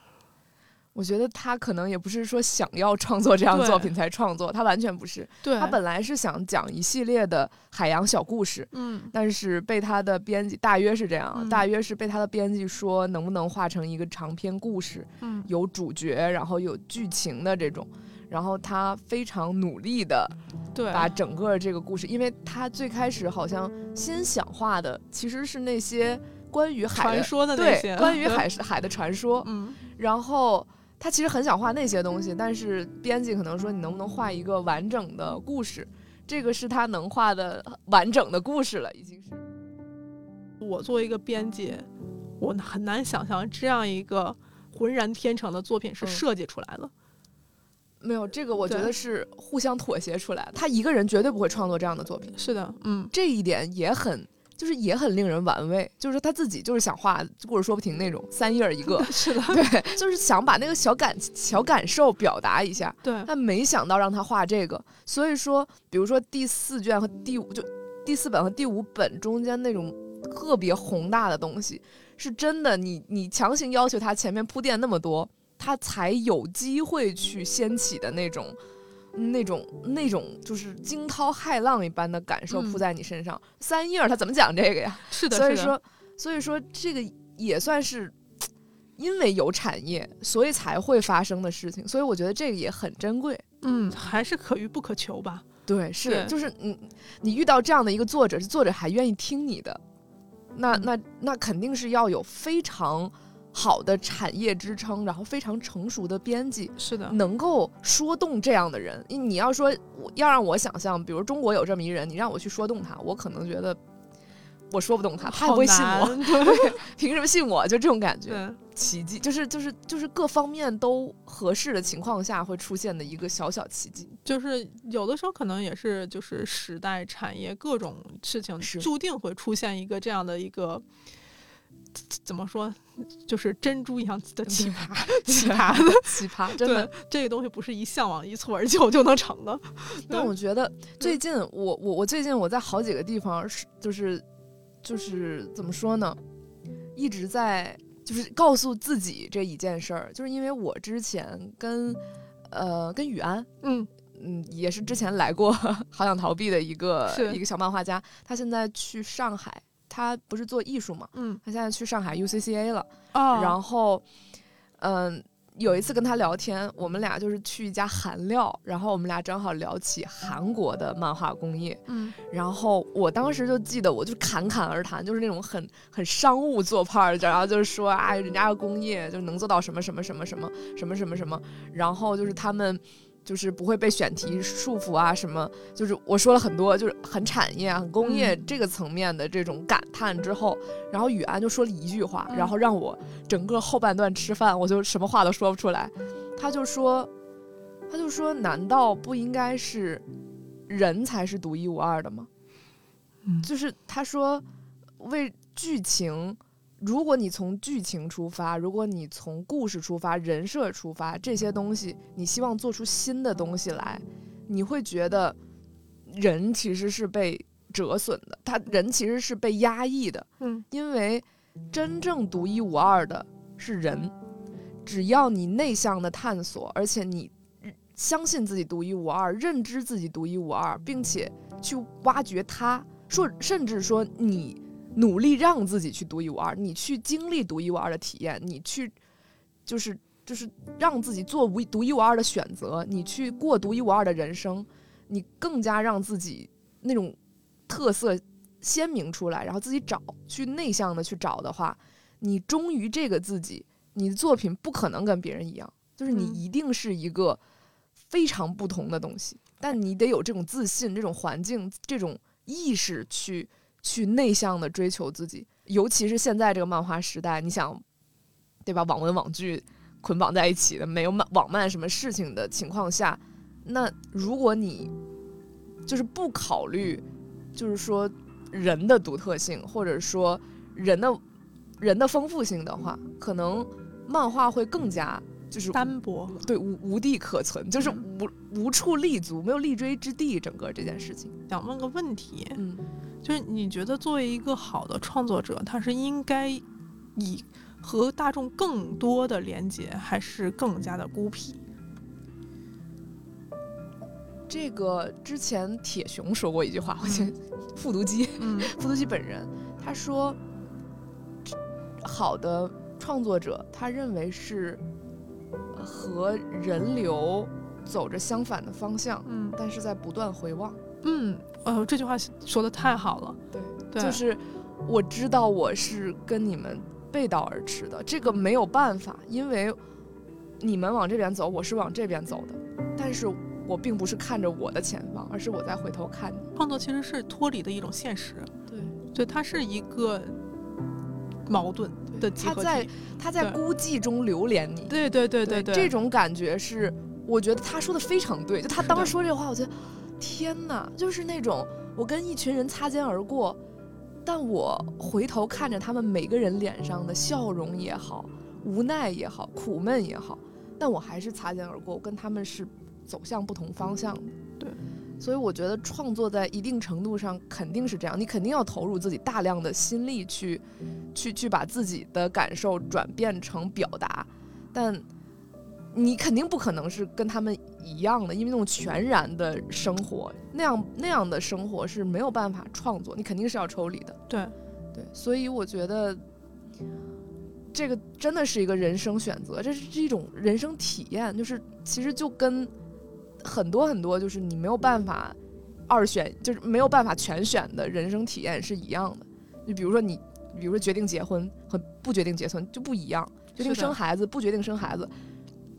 我觉得他可能也不是说想要创作这样的作
对
品才创作，他完全不是，
对，
他本来是想讲一系列的海洋小故事。
嗯
但是被他的编辑大约是这样，啊
嗯
大约是被他的编辑说能不能画成一个长篇故事，
嗯
有主角，然后有剧情的这种。然后他非常努力的
对，
把整个这个故事，因为他最开始好像先想画的其实是那些关于海
传
的
说的那
对
些
关于，海海的传说，
嗯
然后他其实很想画那些东西，但是编辑可能说你能不能画一个完整的故事，这个是他能画的完整的故事了，已经是。
我作为一个编辑，我很难想象这样一个浑然天成的作品是
嗯
设计出来的。
没有这个，我觉
对
得是互相妥协出来的。他一个人绝对不会创作这样的作品，
是的，嗯，，
这一点也很，就是也很令人玩味。就是说他自己就是想画故事说不停那种，三页儿一个
是的，
对，就是想把那个小感小感受表达一下。
对，
但没想到让他画这个，所以说，比如说第四卷和第五就第四本和第五本中间那种特别宏大的东西，是真的你，你强行要求他前面铺垫那么多，他才有机会去掀起的那种。那种那种就是惊涛骇浪一般的感受
嗯
扑在你身上，三页儿他怎么讲这个呀？
是的，
所
是
以
的，
说，所以说这个也算是因为有产业，所以才会发生的事情。所以我觉得这个也很珍贵。
嗯，还是可遇不可求吧。
对，是
对
就是你你遇到这样的一个作者，作者还愿意听你的，那
嗯
那那肯定是要有非常好的产业支撑，然后非常成熟的编辑。
是的，
能够说动这样的人，你你要说我要让我想象，比如中国有这么一人，你让我去说动他，我可能觉得我说不动他，他也不会信
好
我。
难。 对
凭什么信我？就这种感觉，
对，
奇迹就是就是就是各方面都合适的情况下会出现的一个小小奇迹。
就是有的时候可能也是就是时代、产业各种事情
是
注定会出现一个这样的一个。怎么说，就是珍珠一样的奇葩，奇葩的，
奇葩，真
对
的。，
这个东西不是一向往一蹴而就就能成的。
但我觉得最近我我我最近我在好几个地方是就是就是怎么说呢，一直在就是告诉自己这一件事儿，就是因为我之前跟呃跟雨安
嗯，
嗯，也是之前来过 好想逃避的一个
是
一个小漫画家，他现在去上海，他不是做艺术嘛，
嗯
他现在去上海 UCCA 了。
啊
然后，嗯，有一次跟他聊天，我们俩就是去一家韩料，然后我们俩正好聊起韩国的漫画工业，
嗯
然后我当时就记得，我就侃侃而谈，就是那种很很商务做派儿，然后就是说，哎，人家的工业就是能做到什么什么什么什么什么什么什么，然后就是他们就是不会被选题束缚啊，什么就是我说了很多，就是很产业、啊很工业
嗯
这个层面的这种感叹之后，然后雨安就说了一句话，
嗯
然后让我整个后半段吃饭我就什么话都说不出来，他就说，他就说，难道不应该是？人才是独一无二的吗？
嗯
就是他说，为剧情，如果你从剧情出发，如果你从故事出发、人设出发这些东西，你希望做出新的东西来，你会觉得人其实是被折损的，他人其实是被压抑的，
嗯
因为真正独一无二的是人。只要你内向的探索，而且你相信自己独一无二，认知自己独一无二，并且去挖掘它，说甚至说你努力让自己去独一无二，你去经历独一无二的体验，你去就是就是让自己做无独一无二的选择，你去过独一无二的人生，你更加让自己那种特色鲜明出来，然后自己找，去内向的去找的话，你忠于这个自己，你的作品不可能跟别人一样，就是你
嗯
一定是一个非常不同的东西，但你得有这种自信、这种环境、这种意识去去内向的追求自己，尤其是现在这个漫画时代，你想，对吧？网文网剧捆绑在一起的，没有漫网漫什么事情的情况下，那如果你就是不考虑，就是说人的独特性，或者说人的人的丰富性的话，可能漫画会更加就是
单薄，
对无无地可存，就是无无处立足，没有立锥之地。整个这件事情，
想问个问题，
嗯，
就是你觉得作为一个好的创作者，他是应该以和大众更多的连接，还是更加的孤僻？
这个之前铁熊说过一句话，我觉得复读机
嗯
复读机本人他说，好的创作者，他认为是呃和人流走着相反的方向，
嗯
但是在不断回望。
嗯，呃，这句话说的太好了，
对，
对，
就是我知道我是跟你们背道而驰的，这个没有办法，因为你们往这边走，我是往这边走的，但是我并不是看着我的前方，而是我在回头看你。
创作其实是脱离的一种现实，
对，
对，它是一个矛盾的集
他
合
在
体。
他在
对
孤寂中流连你。
对对对对
这种感觉是我觉得他说的非常对，就他当
的
时说这话，我觉得天哪，就是那种我跟一群人擦肩而过，但我回头看着他们每个人脸上的笑容也好，无奈也好，苦闷也好，但我还是擦肩而过，我跟他们是走向不同方向的。
对，
所以我觉得创作在一定程度上肯定是这样，你肯定要投入自己大量的心力去，去去把自己的感受转变成表达，但你肯定不可能是跟他们一样的，因为那种全然的生活，那样那样的生活是没有办法创作，你肯定是要抽离的。
对，
对，所以我觉得这个真的是一个人生选择，这是这一种人生体验，就是其实就跟很多很多就是你没有办法二选，就是没有办法全选的人生体验是一样的。就比如说你，比如说决定结婚和不决定结婚就不一样，决定
是的
生孩子不决定生孩子。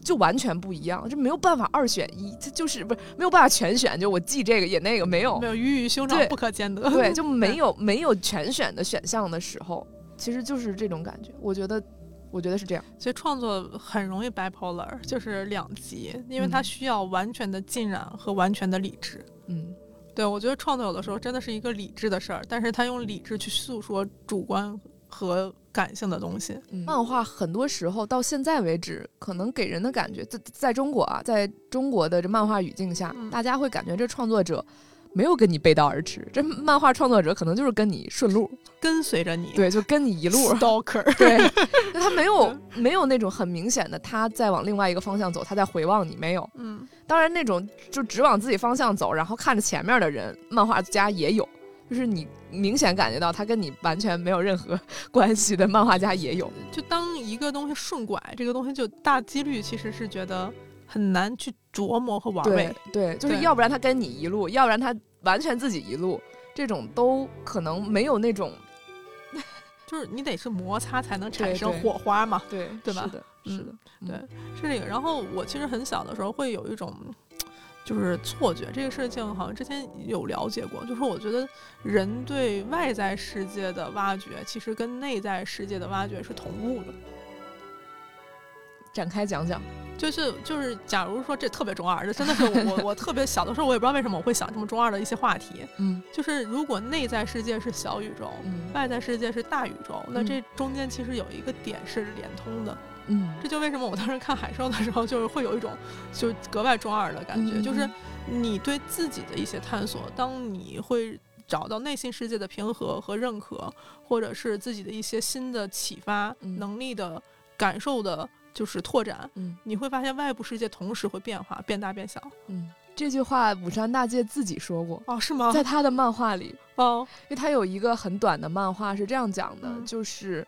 就完全不一样，这没有办法二选一，它就是不是没有办法全选，就我记这个也那个没有，
没有鱼与熊掌
对
不可兼 得。
对，就没有没有全选的选项的时候，其实就是这种感觉。我觉得，我觉得是这样。
所以创作很容易 bipolar，就是两极，因为它
嗯
需要完全的浸染和完全的理智。
嗯，
对我觉得创作有的时候真的是一个理智的事儿，但是他用理智去诉说主观和感性的东西。
漫画很多时候到现在为止，可能给人的感觉，在在中国啊，在中国的这漫画语境下，
嗯
大家会感觉这创作者。没有跟你背道而驰，这漫画创作者可能就是跟你顺 路，
跟随着你，
对，就跟你一路，
，stalker，
对，就他没有没有那种很明显的，他在往另外一个方向走，他在回望你，没有，
嗯，
当然，那种就只往自己方向走，然后看着前面的人，漫画家也有，就是你明显感觉到他跟你完全没有任何 关系的漫画家也有。
就当一个东西顺拐，这个东西就大几率其实是觉得很难去琢磨和玩味
对。对，就是
对
要不然他跟你一路，要不然他完全自己一路，这种都可能没有那种
就是你得是摩擦才能产
对
生
对
火花嘛，
对
对吧
是的，
嗯
是的，
对是这个。然后我其实很小的时候会有一种就是错觉，这个事情好像之前有了解过，就是我觉得人对外在世界的挖掘，其实跟内在世界的挖掘是同步的。
展开讲讲，
就是就是，假如说这特别中二，这真的是我我我特别小的时候，我也不知道为什么我会想这么中二的一些话题。
嗯
就是如果内在世界是小宇宙，
嗯
外在世界是大宇宙，那
嗯
这中间其实有一个点是连通的。
嗯
这就为什么我当时看海兽的时候，就是会有一种就是格外中二的感觉，
嗯
就是你对自己的一些探索，当你会。找到内心世界的平和和认可，或者是自己的一些新的启发、
嗯
能力的感受的，就是拓展，
嗯
你会发现外部世界同时会变化，变大变小。
嗯，这句话武山大介自己说过，
哦，是吗？
在他的漫画里，
哦，
因为他有一个很短的漫画是这样讲的，
嗯
就是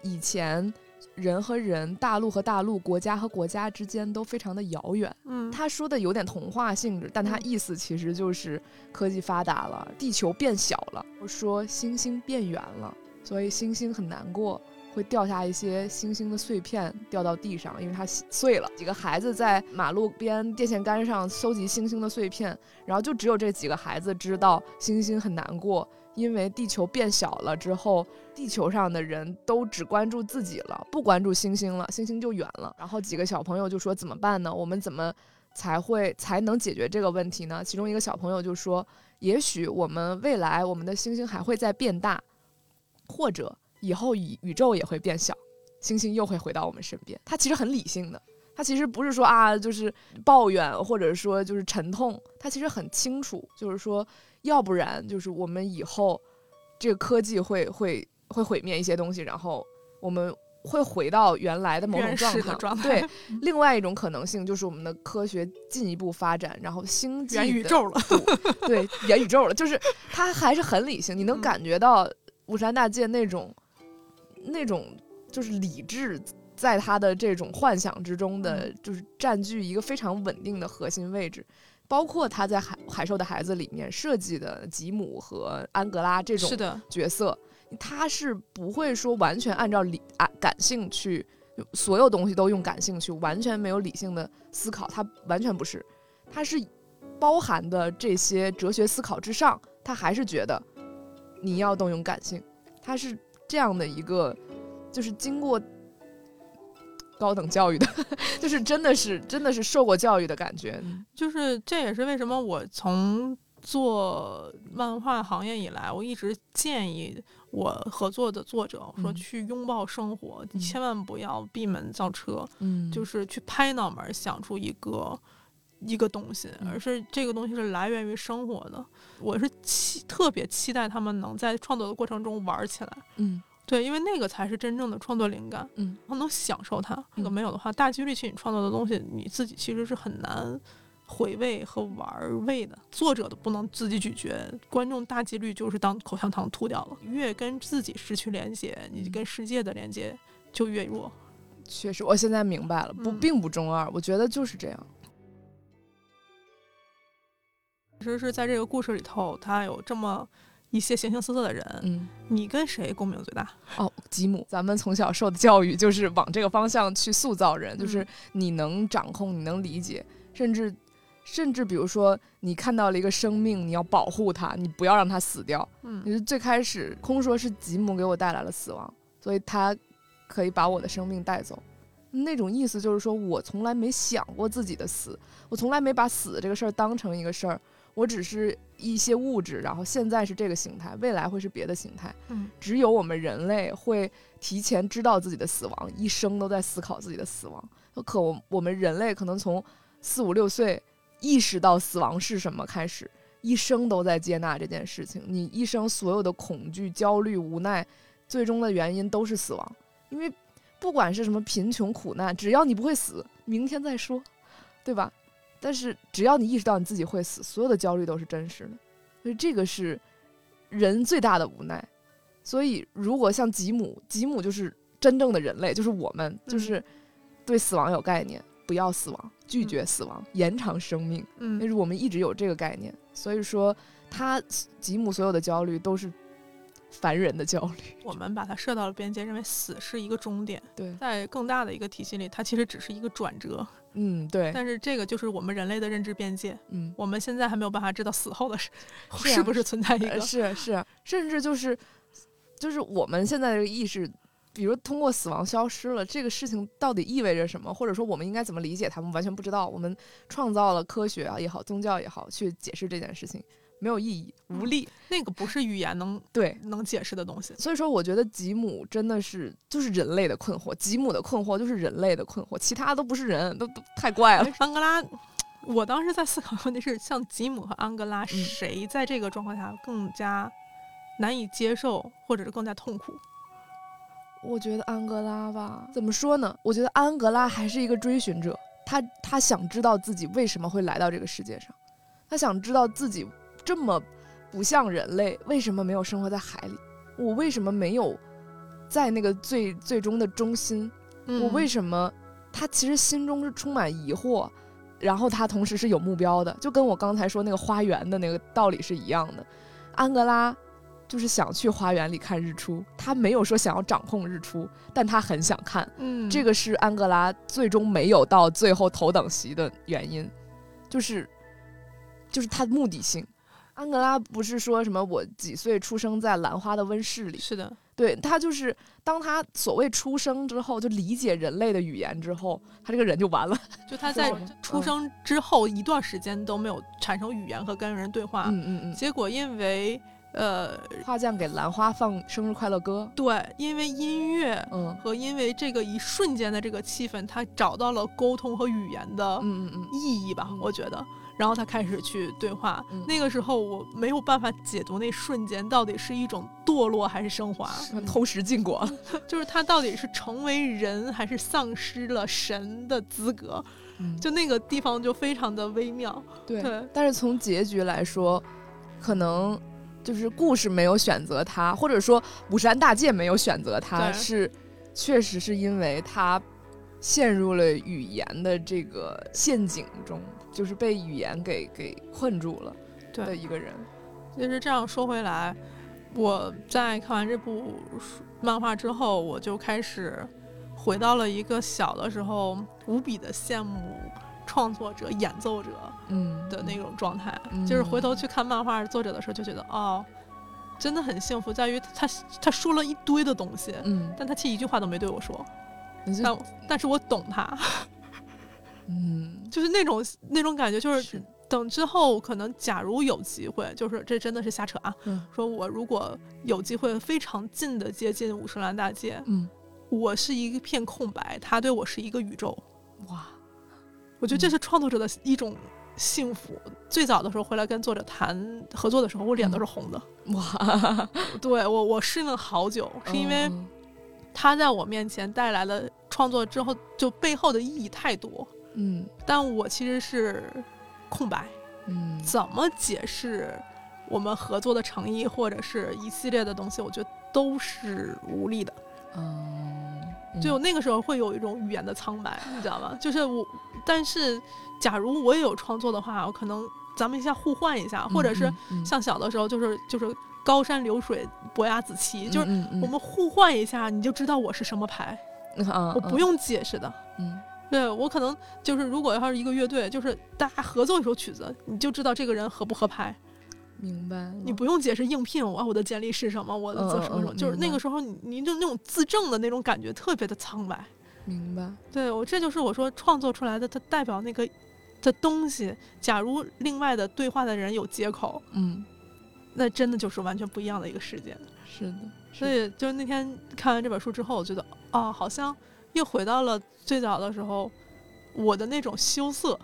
以前人和人、大陆和大陆、国家和国家之间都非常的遥远。
嗯，
他说的有点童话性质，但他
嗯
意思其实就是科技发达了，地球变小了，说星星变圆了，所以星星很难过。会掉下一些星星的碎片掉到地上，因为它碎了。几个孩子在马路边电线杆上收集星星的碎片，然后就只有这几个孩子知道星星很难过，因为地球变小了之后，地球上的人都只关注自己了，不关注星星了，星星就远了。然后几个小朋友就说怎么办呢？我们怎么才会才能解决这个问题呢？其中一个小朋友就说，也许我们未来我们的星星还会再变大，或者以后宇宇宙也会变小，星星又会回到我们身边。他其实很理性的。他其实不是说啊，就是抱怨或者说就是沉痛，他其实很清楚，就是说，要不然就是我们以后这个科技会会会毁灭一些东西，然后我们会回到原来的某种
原
状
始
态。
的状态
对，另外一种可能性就是我们的科学进一步发展，然后星际
元宇
的
宙了。
对元宇宙了，就是他还是 很理性，你能
嗯
感觉到武山大介那种那种就是理智在他的这种幻想之中
嗯
的，就是占据一个非常稳定的核心位置。包括他在海《海兽的孩子》里面设计的吉姆和安格拉这种
是的，
角色，他是不会说完全按照理啊感性去，就所有东西都用感性去，完全没有理性的思考，他完全不是，他是包含的这些哲学思考之上，他还是觉得你要动用感性，他是这样的一个，就是经过高等教育的， 就是真的是真的是受过教育的感觉。
就是这也是为什么我从做漫画行业以来，我一直建议我合作的作者说
嗯
去拥抱生活，
嗯
千万不要闭门造车，
嗯
就是是去拍脑门儿想出一个。一个东西，
嗯
而是这个东西是来源于生活的。我是期特别期待他们能在创作的过程中玩起来，
嗯
对，因为那个才是真正的创作灵感，
嗯，
他能享受它。如果
嗯
没有的话，大几率去你创作的东西，你自己其实是很难回味和玩味的。作者都不能自己咀嚼，观众大几率就是当口香糖吐掉了。越跟自己失去连接，你
嗯
跟世界的连接就越弱。
确实，我现在明白了，不
嗯
并不中二，我觉得就是这样。
其实是在这个故事里头，他有这么一些形形色色的人，
嗯，
你跟谁共鸣最大？
哦，吉姆，咱们从小受的教育就是往这个方向去塑造人，就是
嗯
你能掌控，你能理解，甚至甚至比如说你看到了一个生命，你要保护它，你不要让它死掉。
嗯
你就最开始空说是吉姆给我带来了死亡，所以他可以把我的生命带走。那种意思就是说我从来没想过自己的死，我从来没把死这个事儿当成一个事儿，我只是一些物质，然后现在是这个形态，未来会是别的形态。
嗯
只有我们人类会提前知道自己的死亡，一生都在思考自己的死亡。可我我们人类可能从四五六岁意识到死亡是什么开始，一生都在接纳这件事情。你一生所有的恐惧、焦虑、无奈，最终的原因都是死亡，因为不管是什么贫穷、苦难，只要你不会死，明天再说，对吧？但是只要你意识到你自己会死，所有的焦虑都是真实的，所以这个是人最大的无奈。所以，如果像吉姆，吉姆就是真正的人类，就是我们，就是对死亡有概念，不要死亡，拒绝死亡，延长生命，那
嗯
是我们一直有这个概念。所以说，他吉姆所有的焦虑都是凡人的焦虑。
我们把它设到了边界，认为死是一个终点，
对，
在更大的一个体系里，它其实只是一个转折。
嗯，对，
但是这个就是我们人类的认知边界，
嗯，
我们现在还没有办法知道死后的 是
啊
是不是存在一
呃
个
是是，甚至就是就是我们现在这个意识，比如通过死亡消失了，这个事情到底意味着什么，或者说我们应该怎么理解他们，完全不知道。我们创造了科学啊也好，宗教也好，去解释这件事情没有意义，无力。
力，那个不是语言能
对，
能解释的东西。
所以说，我觉得吉姆真的是就是人类的困惑，吉姆的困惑就是人类的困惑，其他都不是人，都都太怪了。
安哥拉，我当时在思考的问题是，像吉姆和安哥拉，
嗯
谁在这个状况下更加难以接受，或者是更加痛苦？
我觉得安哥拉吧，怎么说呢？我觉得安哥拉还是一个追寻者，他他想知道自己为什么会来到这个世界上，他想知道自己这么不像人类，为什么没有生活在海里？我为什么没有在那个最最终的中心？我为
什
什么？他其实心中是充满疑惑，然后他同时是有目标的，就跟我刚才说那个花园的那个道理是一样的。安格拉就是想去花园里看日出，他没有说想要掌控日出，但他很想看。
嗯
这个是安格拉最终没有到最后头等席的原因，就是就是他的目的性。安格拉不是说什么我几岁出生在兰花的温室里，
是的，
对他就是，当他所谓出生之后，就理解人类的语言之后，他这个人就完了。
就他
说
在
什么
出生之后一段时间都没有产生语言和跟人对话，
嗯嗯
结果因为呃，
嗯，画匠给兰花放生日快乐歌。
对，因为音乐，
嗯
和因为这个一瞬间的这个气氛，他找到了沟通和语言的
嗯嗯嗯，
意义吧，
嗯
我觉得。然后他开始去对话，
嗯
那个时候我没有办法解读那瞬间到底是一种堕落还是升华，
嗯偷食禁果。
就是他到底是成为人还是丧失了神的资格，
嗯
就那个地方就非常的微妙。
对
对
但是从结局来说，可能就是故事没有选择他，或者说武山大介没有选择他，
对
是确实是因为他陷入了语言的这个陷阱中，就是被语言给给困住了
对
的一个人。
就是这样说回来，我在看完这部书漫画之后，我就开始回到了一个小的时候无比的羡慕创作者、演奏者
嗯
的那种状态。
嗯
就是回头去看漫画作者的时候，就觉得哦，真的很幸福，在于他他他说了一堆的东西，
嗯，
但他其实一句话都没对我说。
你是
但但是我懂他，
嗯，
就是那种那种感觉，就是
是
等之后可能假如有机会，就是这真的是瞎扯啊，
嗯
说我如果有机会非常近的接近五十岚大街，
嗯，
我是一片空白，他对我是一个宇宙。
哇，
我觉得
嗯
这是创作者的一种幸福。最早的时候回来跟作者谈合作的时候，我脸都是红的。
嗯哇，
对我，我适应了好久， 是因为
嗯
他在我面前带来了创作之后就背后的意义太多，
嗯
但我其实是空白，
嗯
怎么解释我们合作的诚意或者是一系列的东西，我觉得都是无力的。
嗯，
就那个时候会有一种语言的苍白，你知道吗？ 就是我，但是假如我也有创作的话，我可能咱们一下互换一下，
嗯
或者是像小的时候，就是就是高山流水，伯牙子期，就是
是
我们互换一下，你就知道我是什么牌，我
我
不，用解释的。
啊嗯
对我可能就是，如果要是一个乐队，就是大家合作一首曲子，你就知道这个人合不合拍，
嗯明白了，
你不用解释硬拼我啊，我的简历是什么，我的做什么什么，
嗯嗯嗯
就是那
明
个
白
时候你你就那种自证的那种感觉特别的苍白。
明白，
对我，这就是我说创作出来的，它代表那个的东西。假如另外的对话的人有接口，
嗯，
那真的就是完全不一样的一个世界。
是的，
所以，就是那天看完这本书之后，我觉得啊，好像又回到了最早的时候，我的那种羞 涩。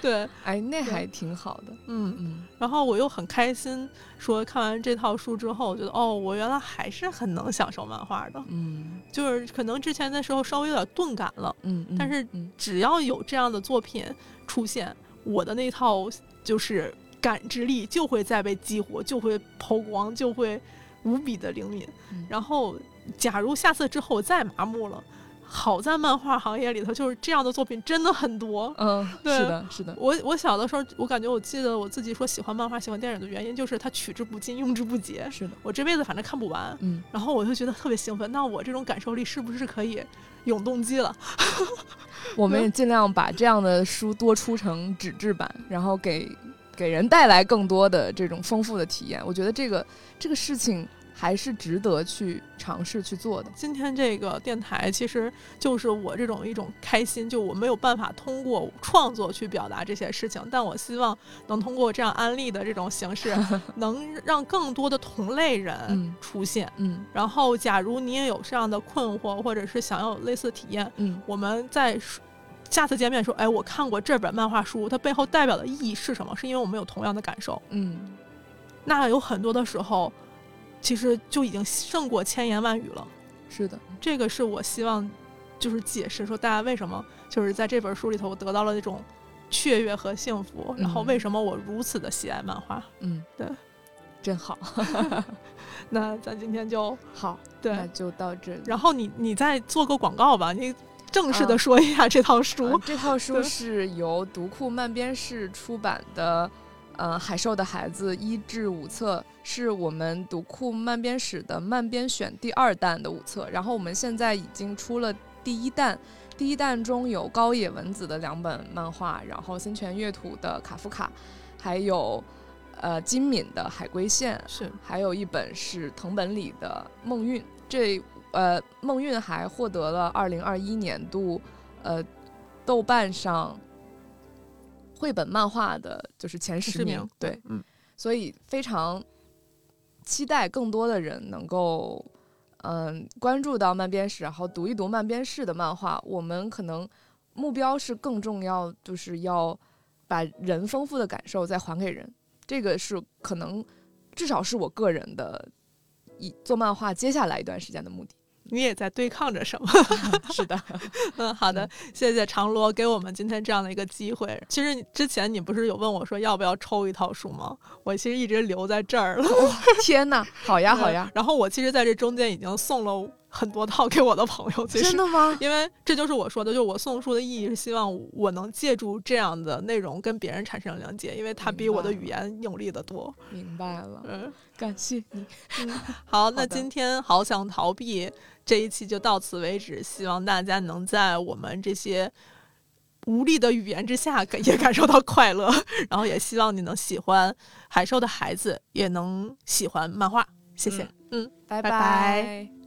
对，
哎，那还挺好的，
嗯，
嗯
然后我又很开心，说看完这套书之后，我觉得哦，我原来还是很能享受漫画的，
嗯
就是可能之前的时候稍微有点钝感了。
嗯，
但是
嗯
只要有这样的作品出现，我的那套就是感知力就会再被激活，就会抛光，就会无比的灵敏。
嗯
然后，假如下次之后我再麻木了，好在漫画行业里头就是这样的作品真的很多。
嗯，
对
是的，是的，
我我小的时候，我感觉我记得我自己说喜欢漫画、喜欢电影的原因就是它取之不尽、用之不竭，
是的，
我这辈子反正看不完。
嗯，
然后我就觉得特别兴奋，那我这种感受力是不是可以永动机了？
我们也
嗯
尽量把这样的书多出成纸质版，然后给给人带来更多的这种丰富的体验。我觉得这个这个事情还是值得去尝试去做的。
今天这个电台其实就是我这种一种开心，就我没有办法通过创作去表达这些事情，但我希望能通过这样安利的这种形式，能让更多的同类人
嗯
出现。
嗯
然后，假如你也有这样的困惑，或者是想要有类似体验，
嗯，
我们在说下次见面说，哎，我看过这本漫画书，它背后代表的意义是什么？是因为我们有同样的感受。
嗯，
那有很多的时候，其实就已经胜过千言万语了。
是的，
这个是我希望就是解释说大家为什么就是在这本书里头我得到了那种雀跃和幸福，然后
嗯
为什么我如此的喜爱漫画。
嗯，
对，
真 好，
那咱今天就
好，那
对，
就到这里。
然后你你再做个广告吧，你正式的
啊
说一下这套
啊
书。
这套书
对
是由读库漫编室出版的，呃，《海兽的孩子》一至五册，是我们读库漫编室的漫编选第二弹的五册。然后我们现在已经出了第一弹，第一弹中有高野文子的两本漫画，然后森泉月土的《卡夫卡》，还有呃金敏的《海龟线》，
是
还有一本是藤本里的《梦韵》，这呃，《梦韵》还获得了二零二一年度呃豆瓣上绘本漫画的，就是前十
十
名。
名
对，，
嗯，
所以非常期待更多的人能够嗯关注到漫编室，然后读一读漫编室的漫画。我们可能目标是更重要，就是要把人丰富的感受再还给人，这个是可能至少是我个人的。一做漫画接下来一段时间的目的
你也在对抗着什么？
是的，
嗯， 好的
嗯，
谢谢长罗给我们今天这样的一个机会。其实你之前你不是有问我说要不要抽一套书吗？我其实一直留在这儿了。
天哪，好呀好呀
嗯， 然后我其实在这中间已经送了很多套给我的朋友，其
真
实。
的吗？
因为这就是我说的，就是我送书的意义是希望我能借助这样的内容跟别人产生连接，因为它比
明白
我的语言有力的多。
明白了，
嗯，
感谢你，
好，那
的
今天好想逃避这一期就到此为止，希望大家能在我们这些无力的语言之下感也感受到快乐， 然后也希望你能喜欢海兽的孩子，也能喜欢漫画。谢谢，嗯
拜
拜拜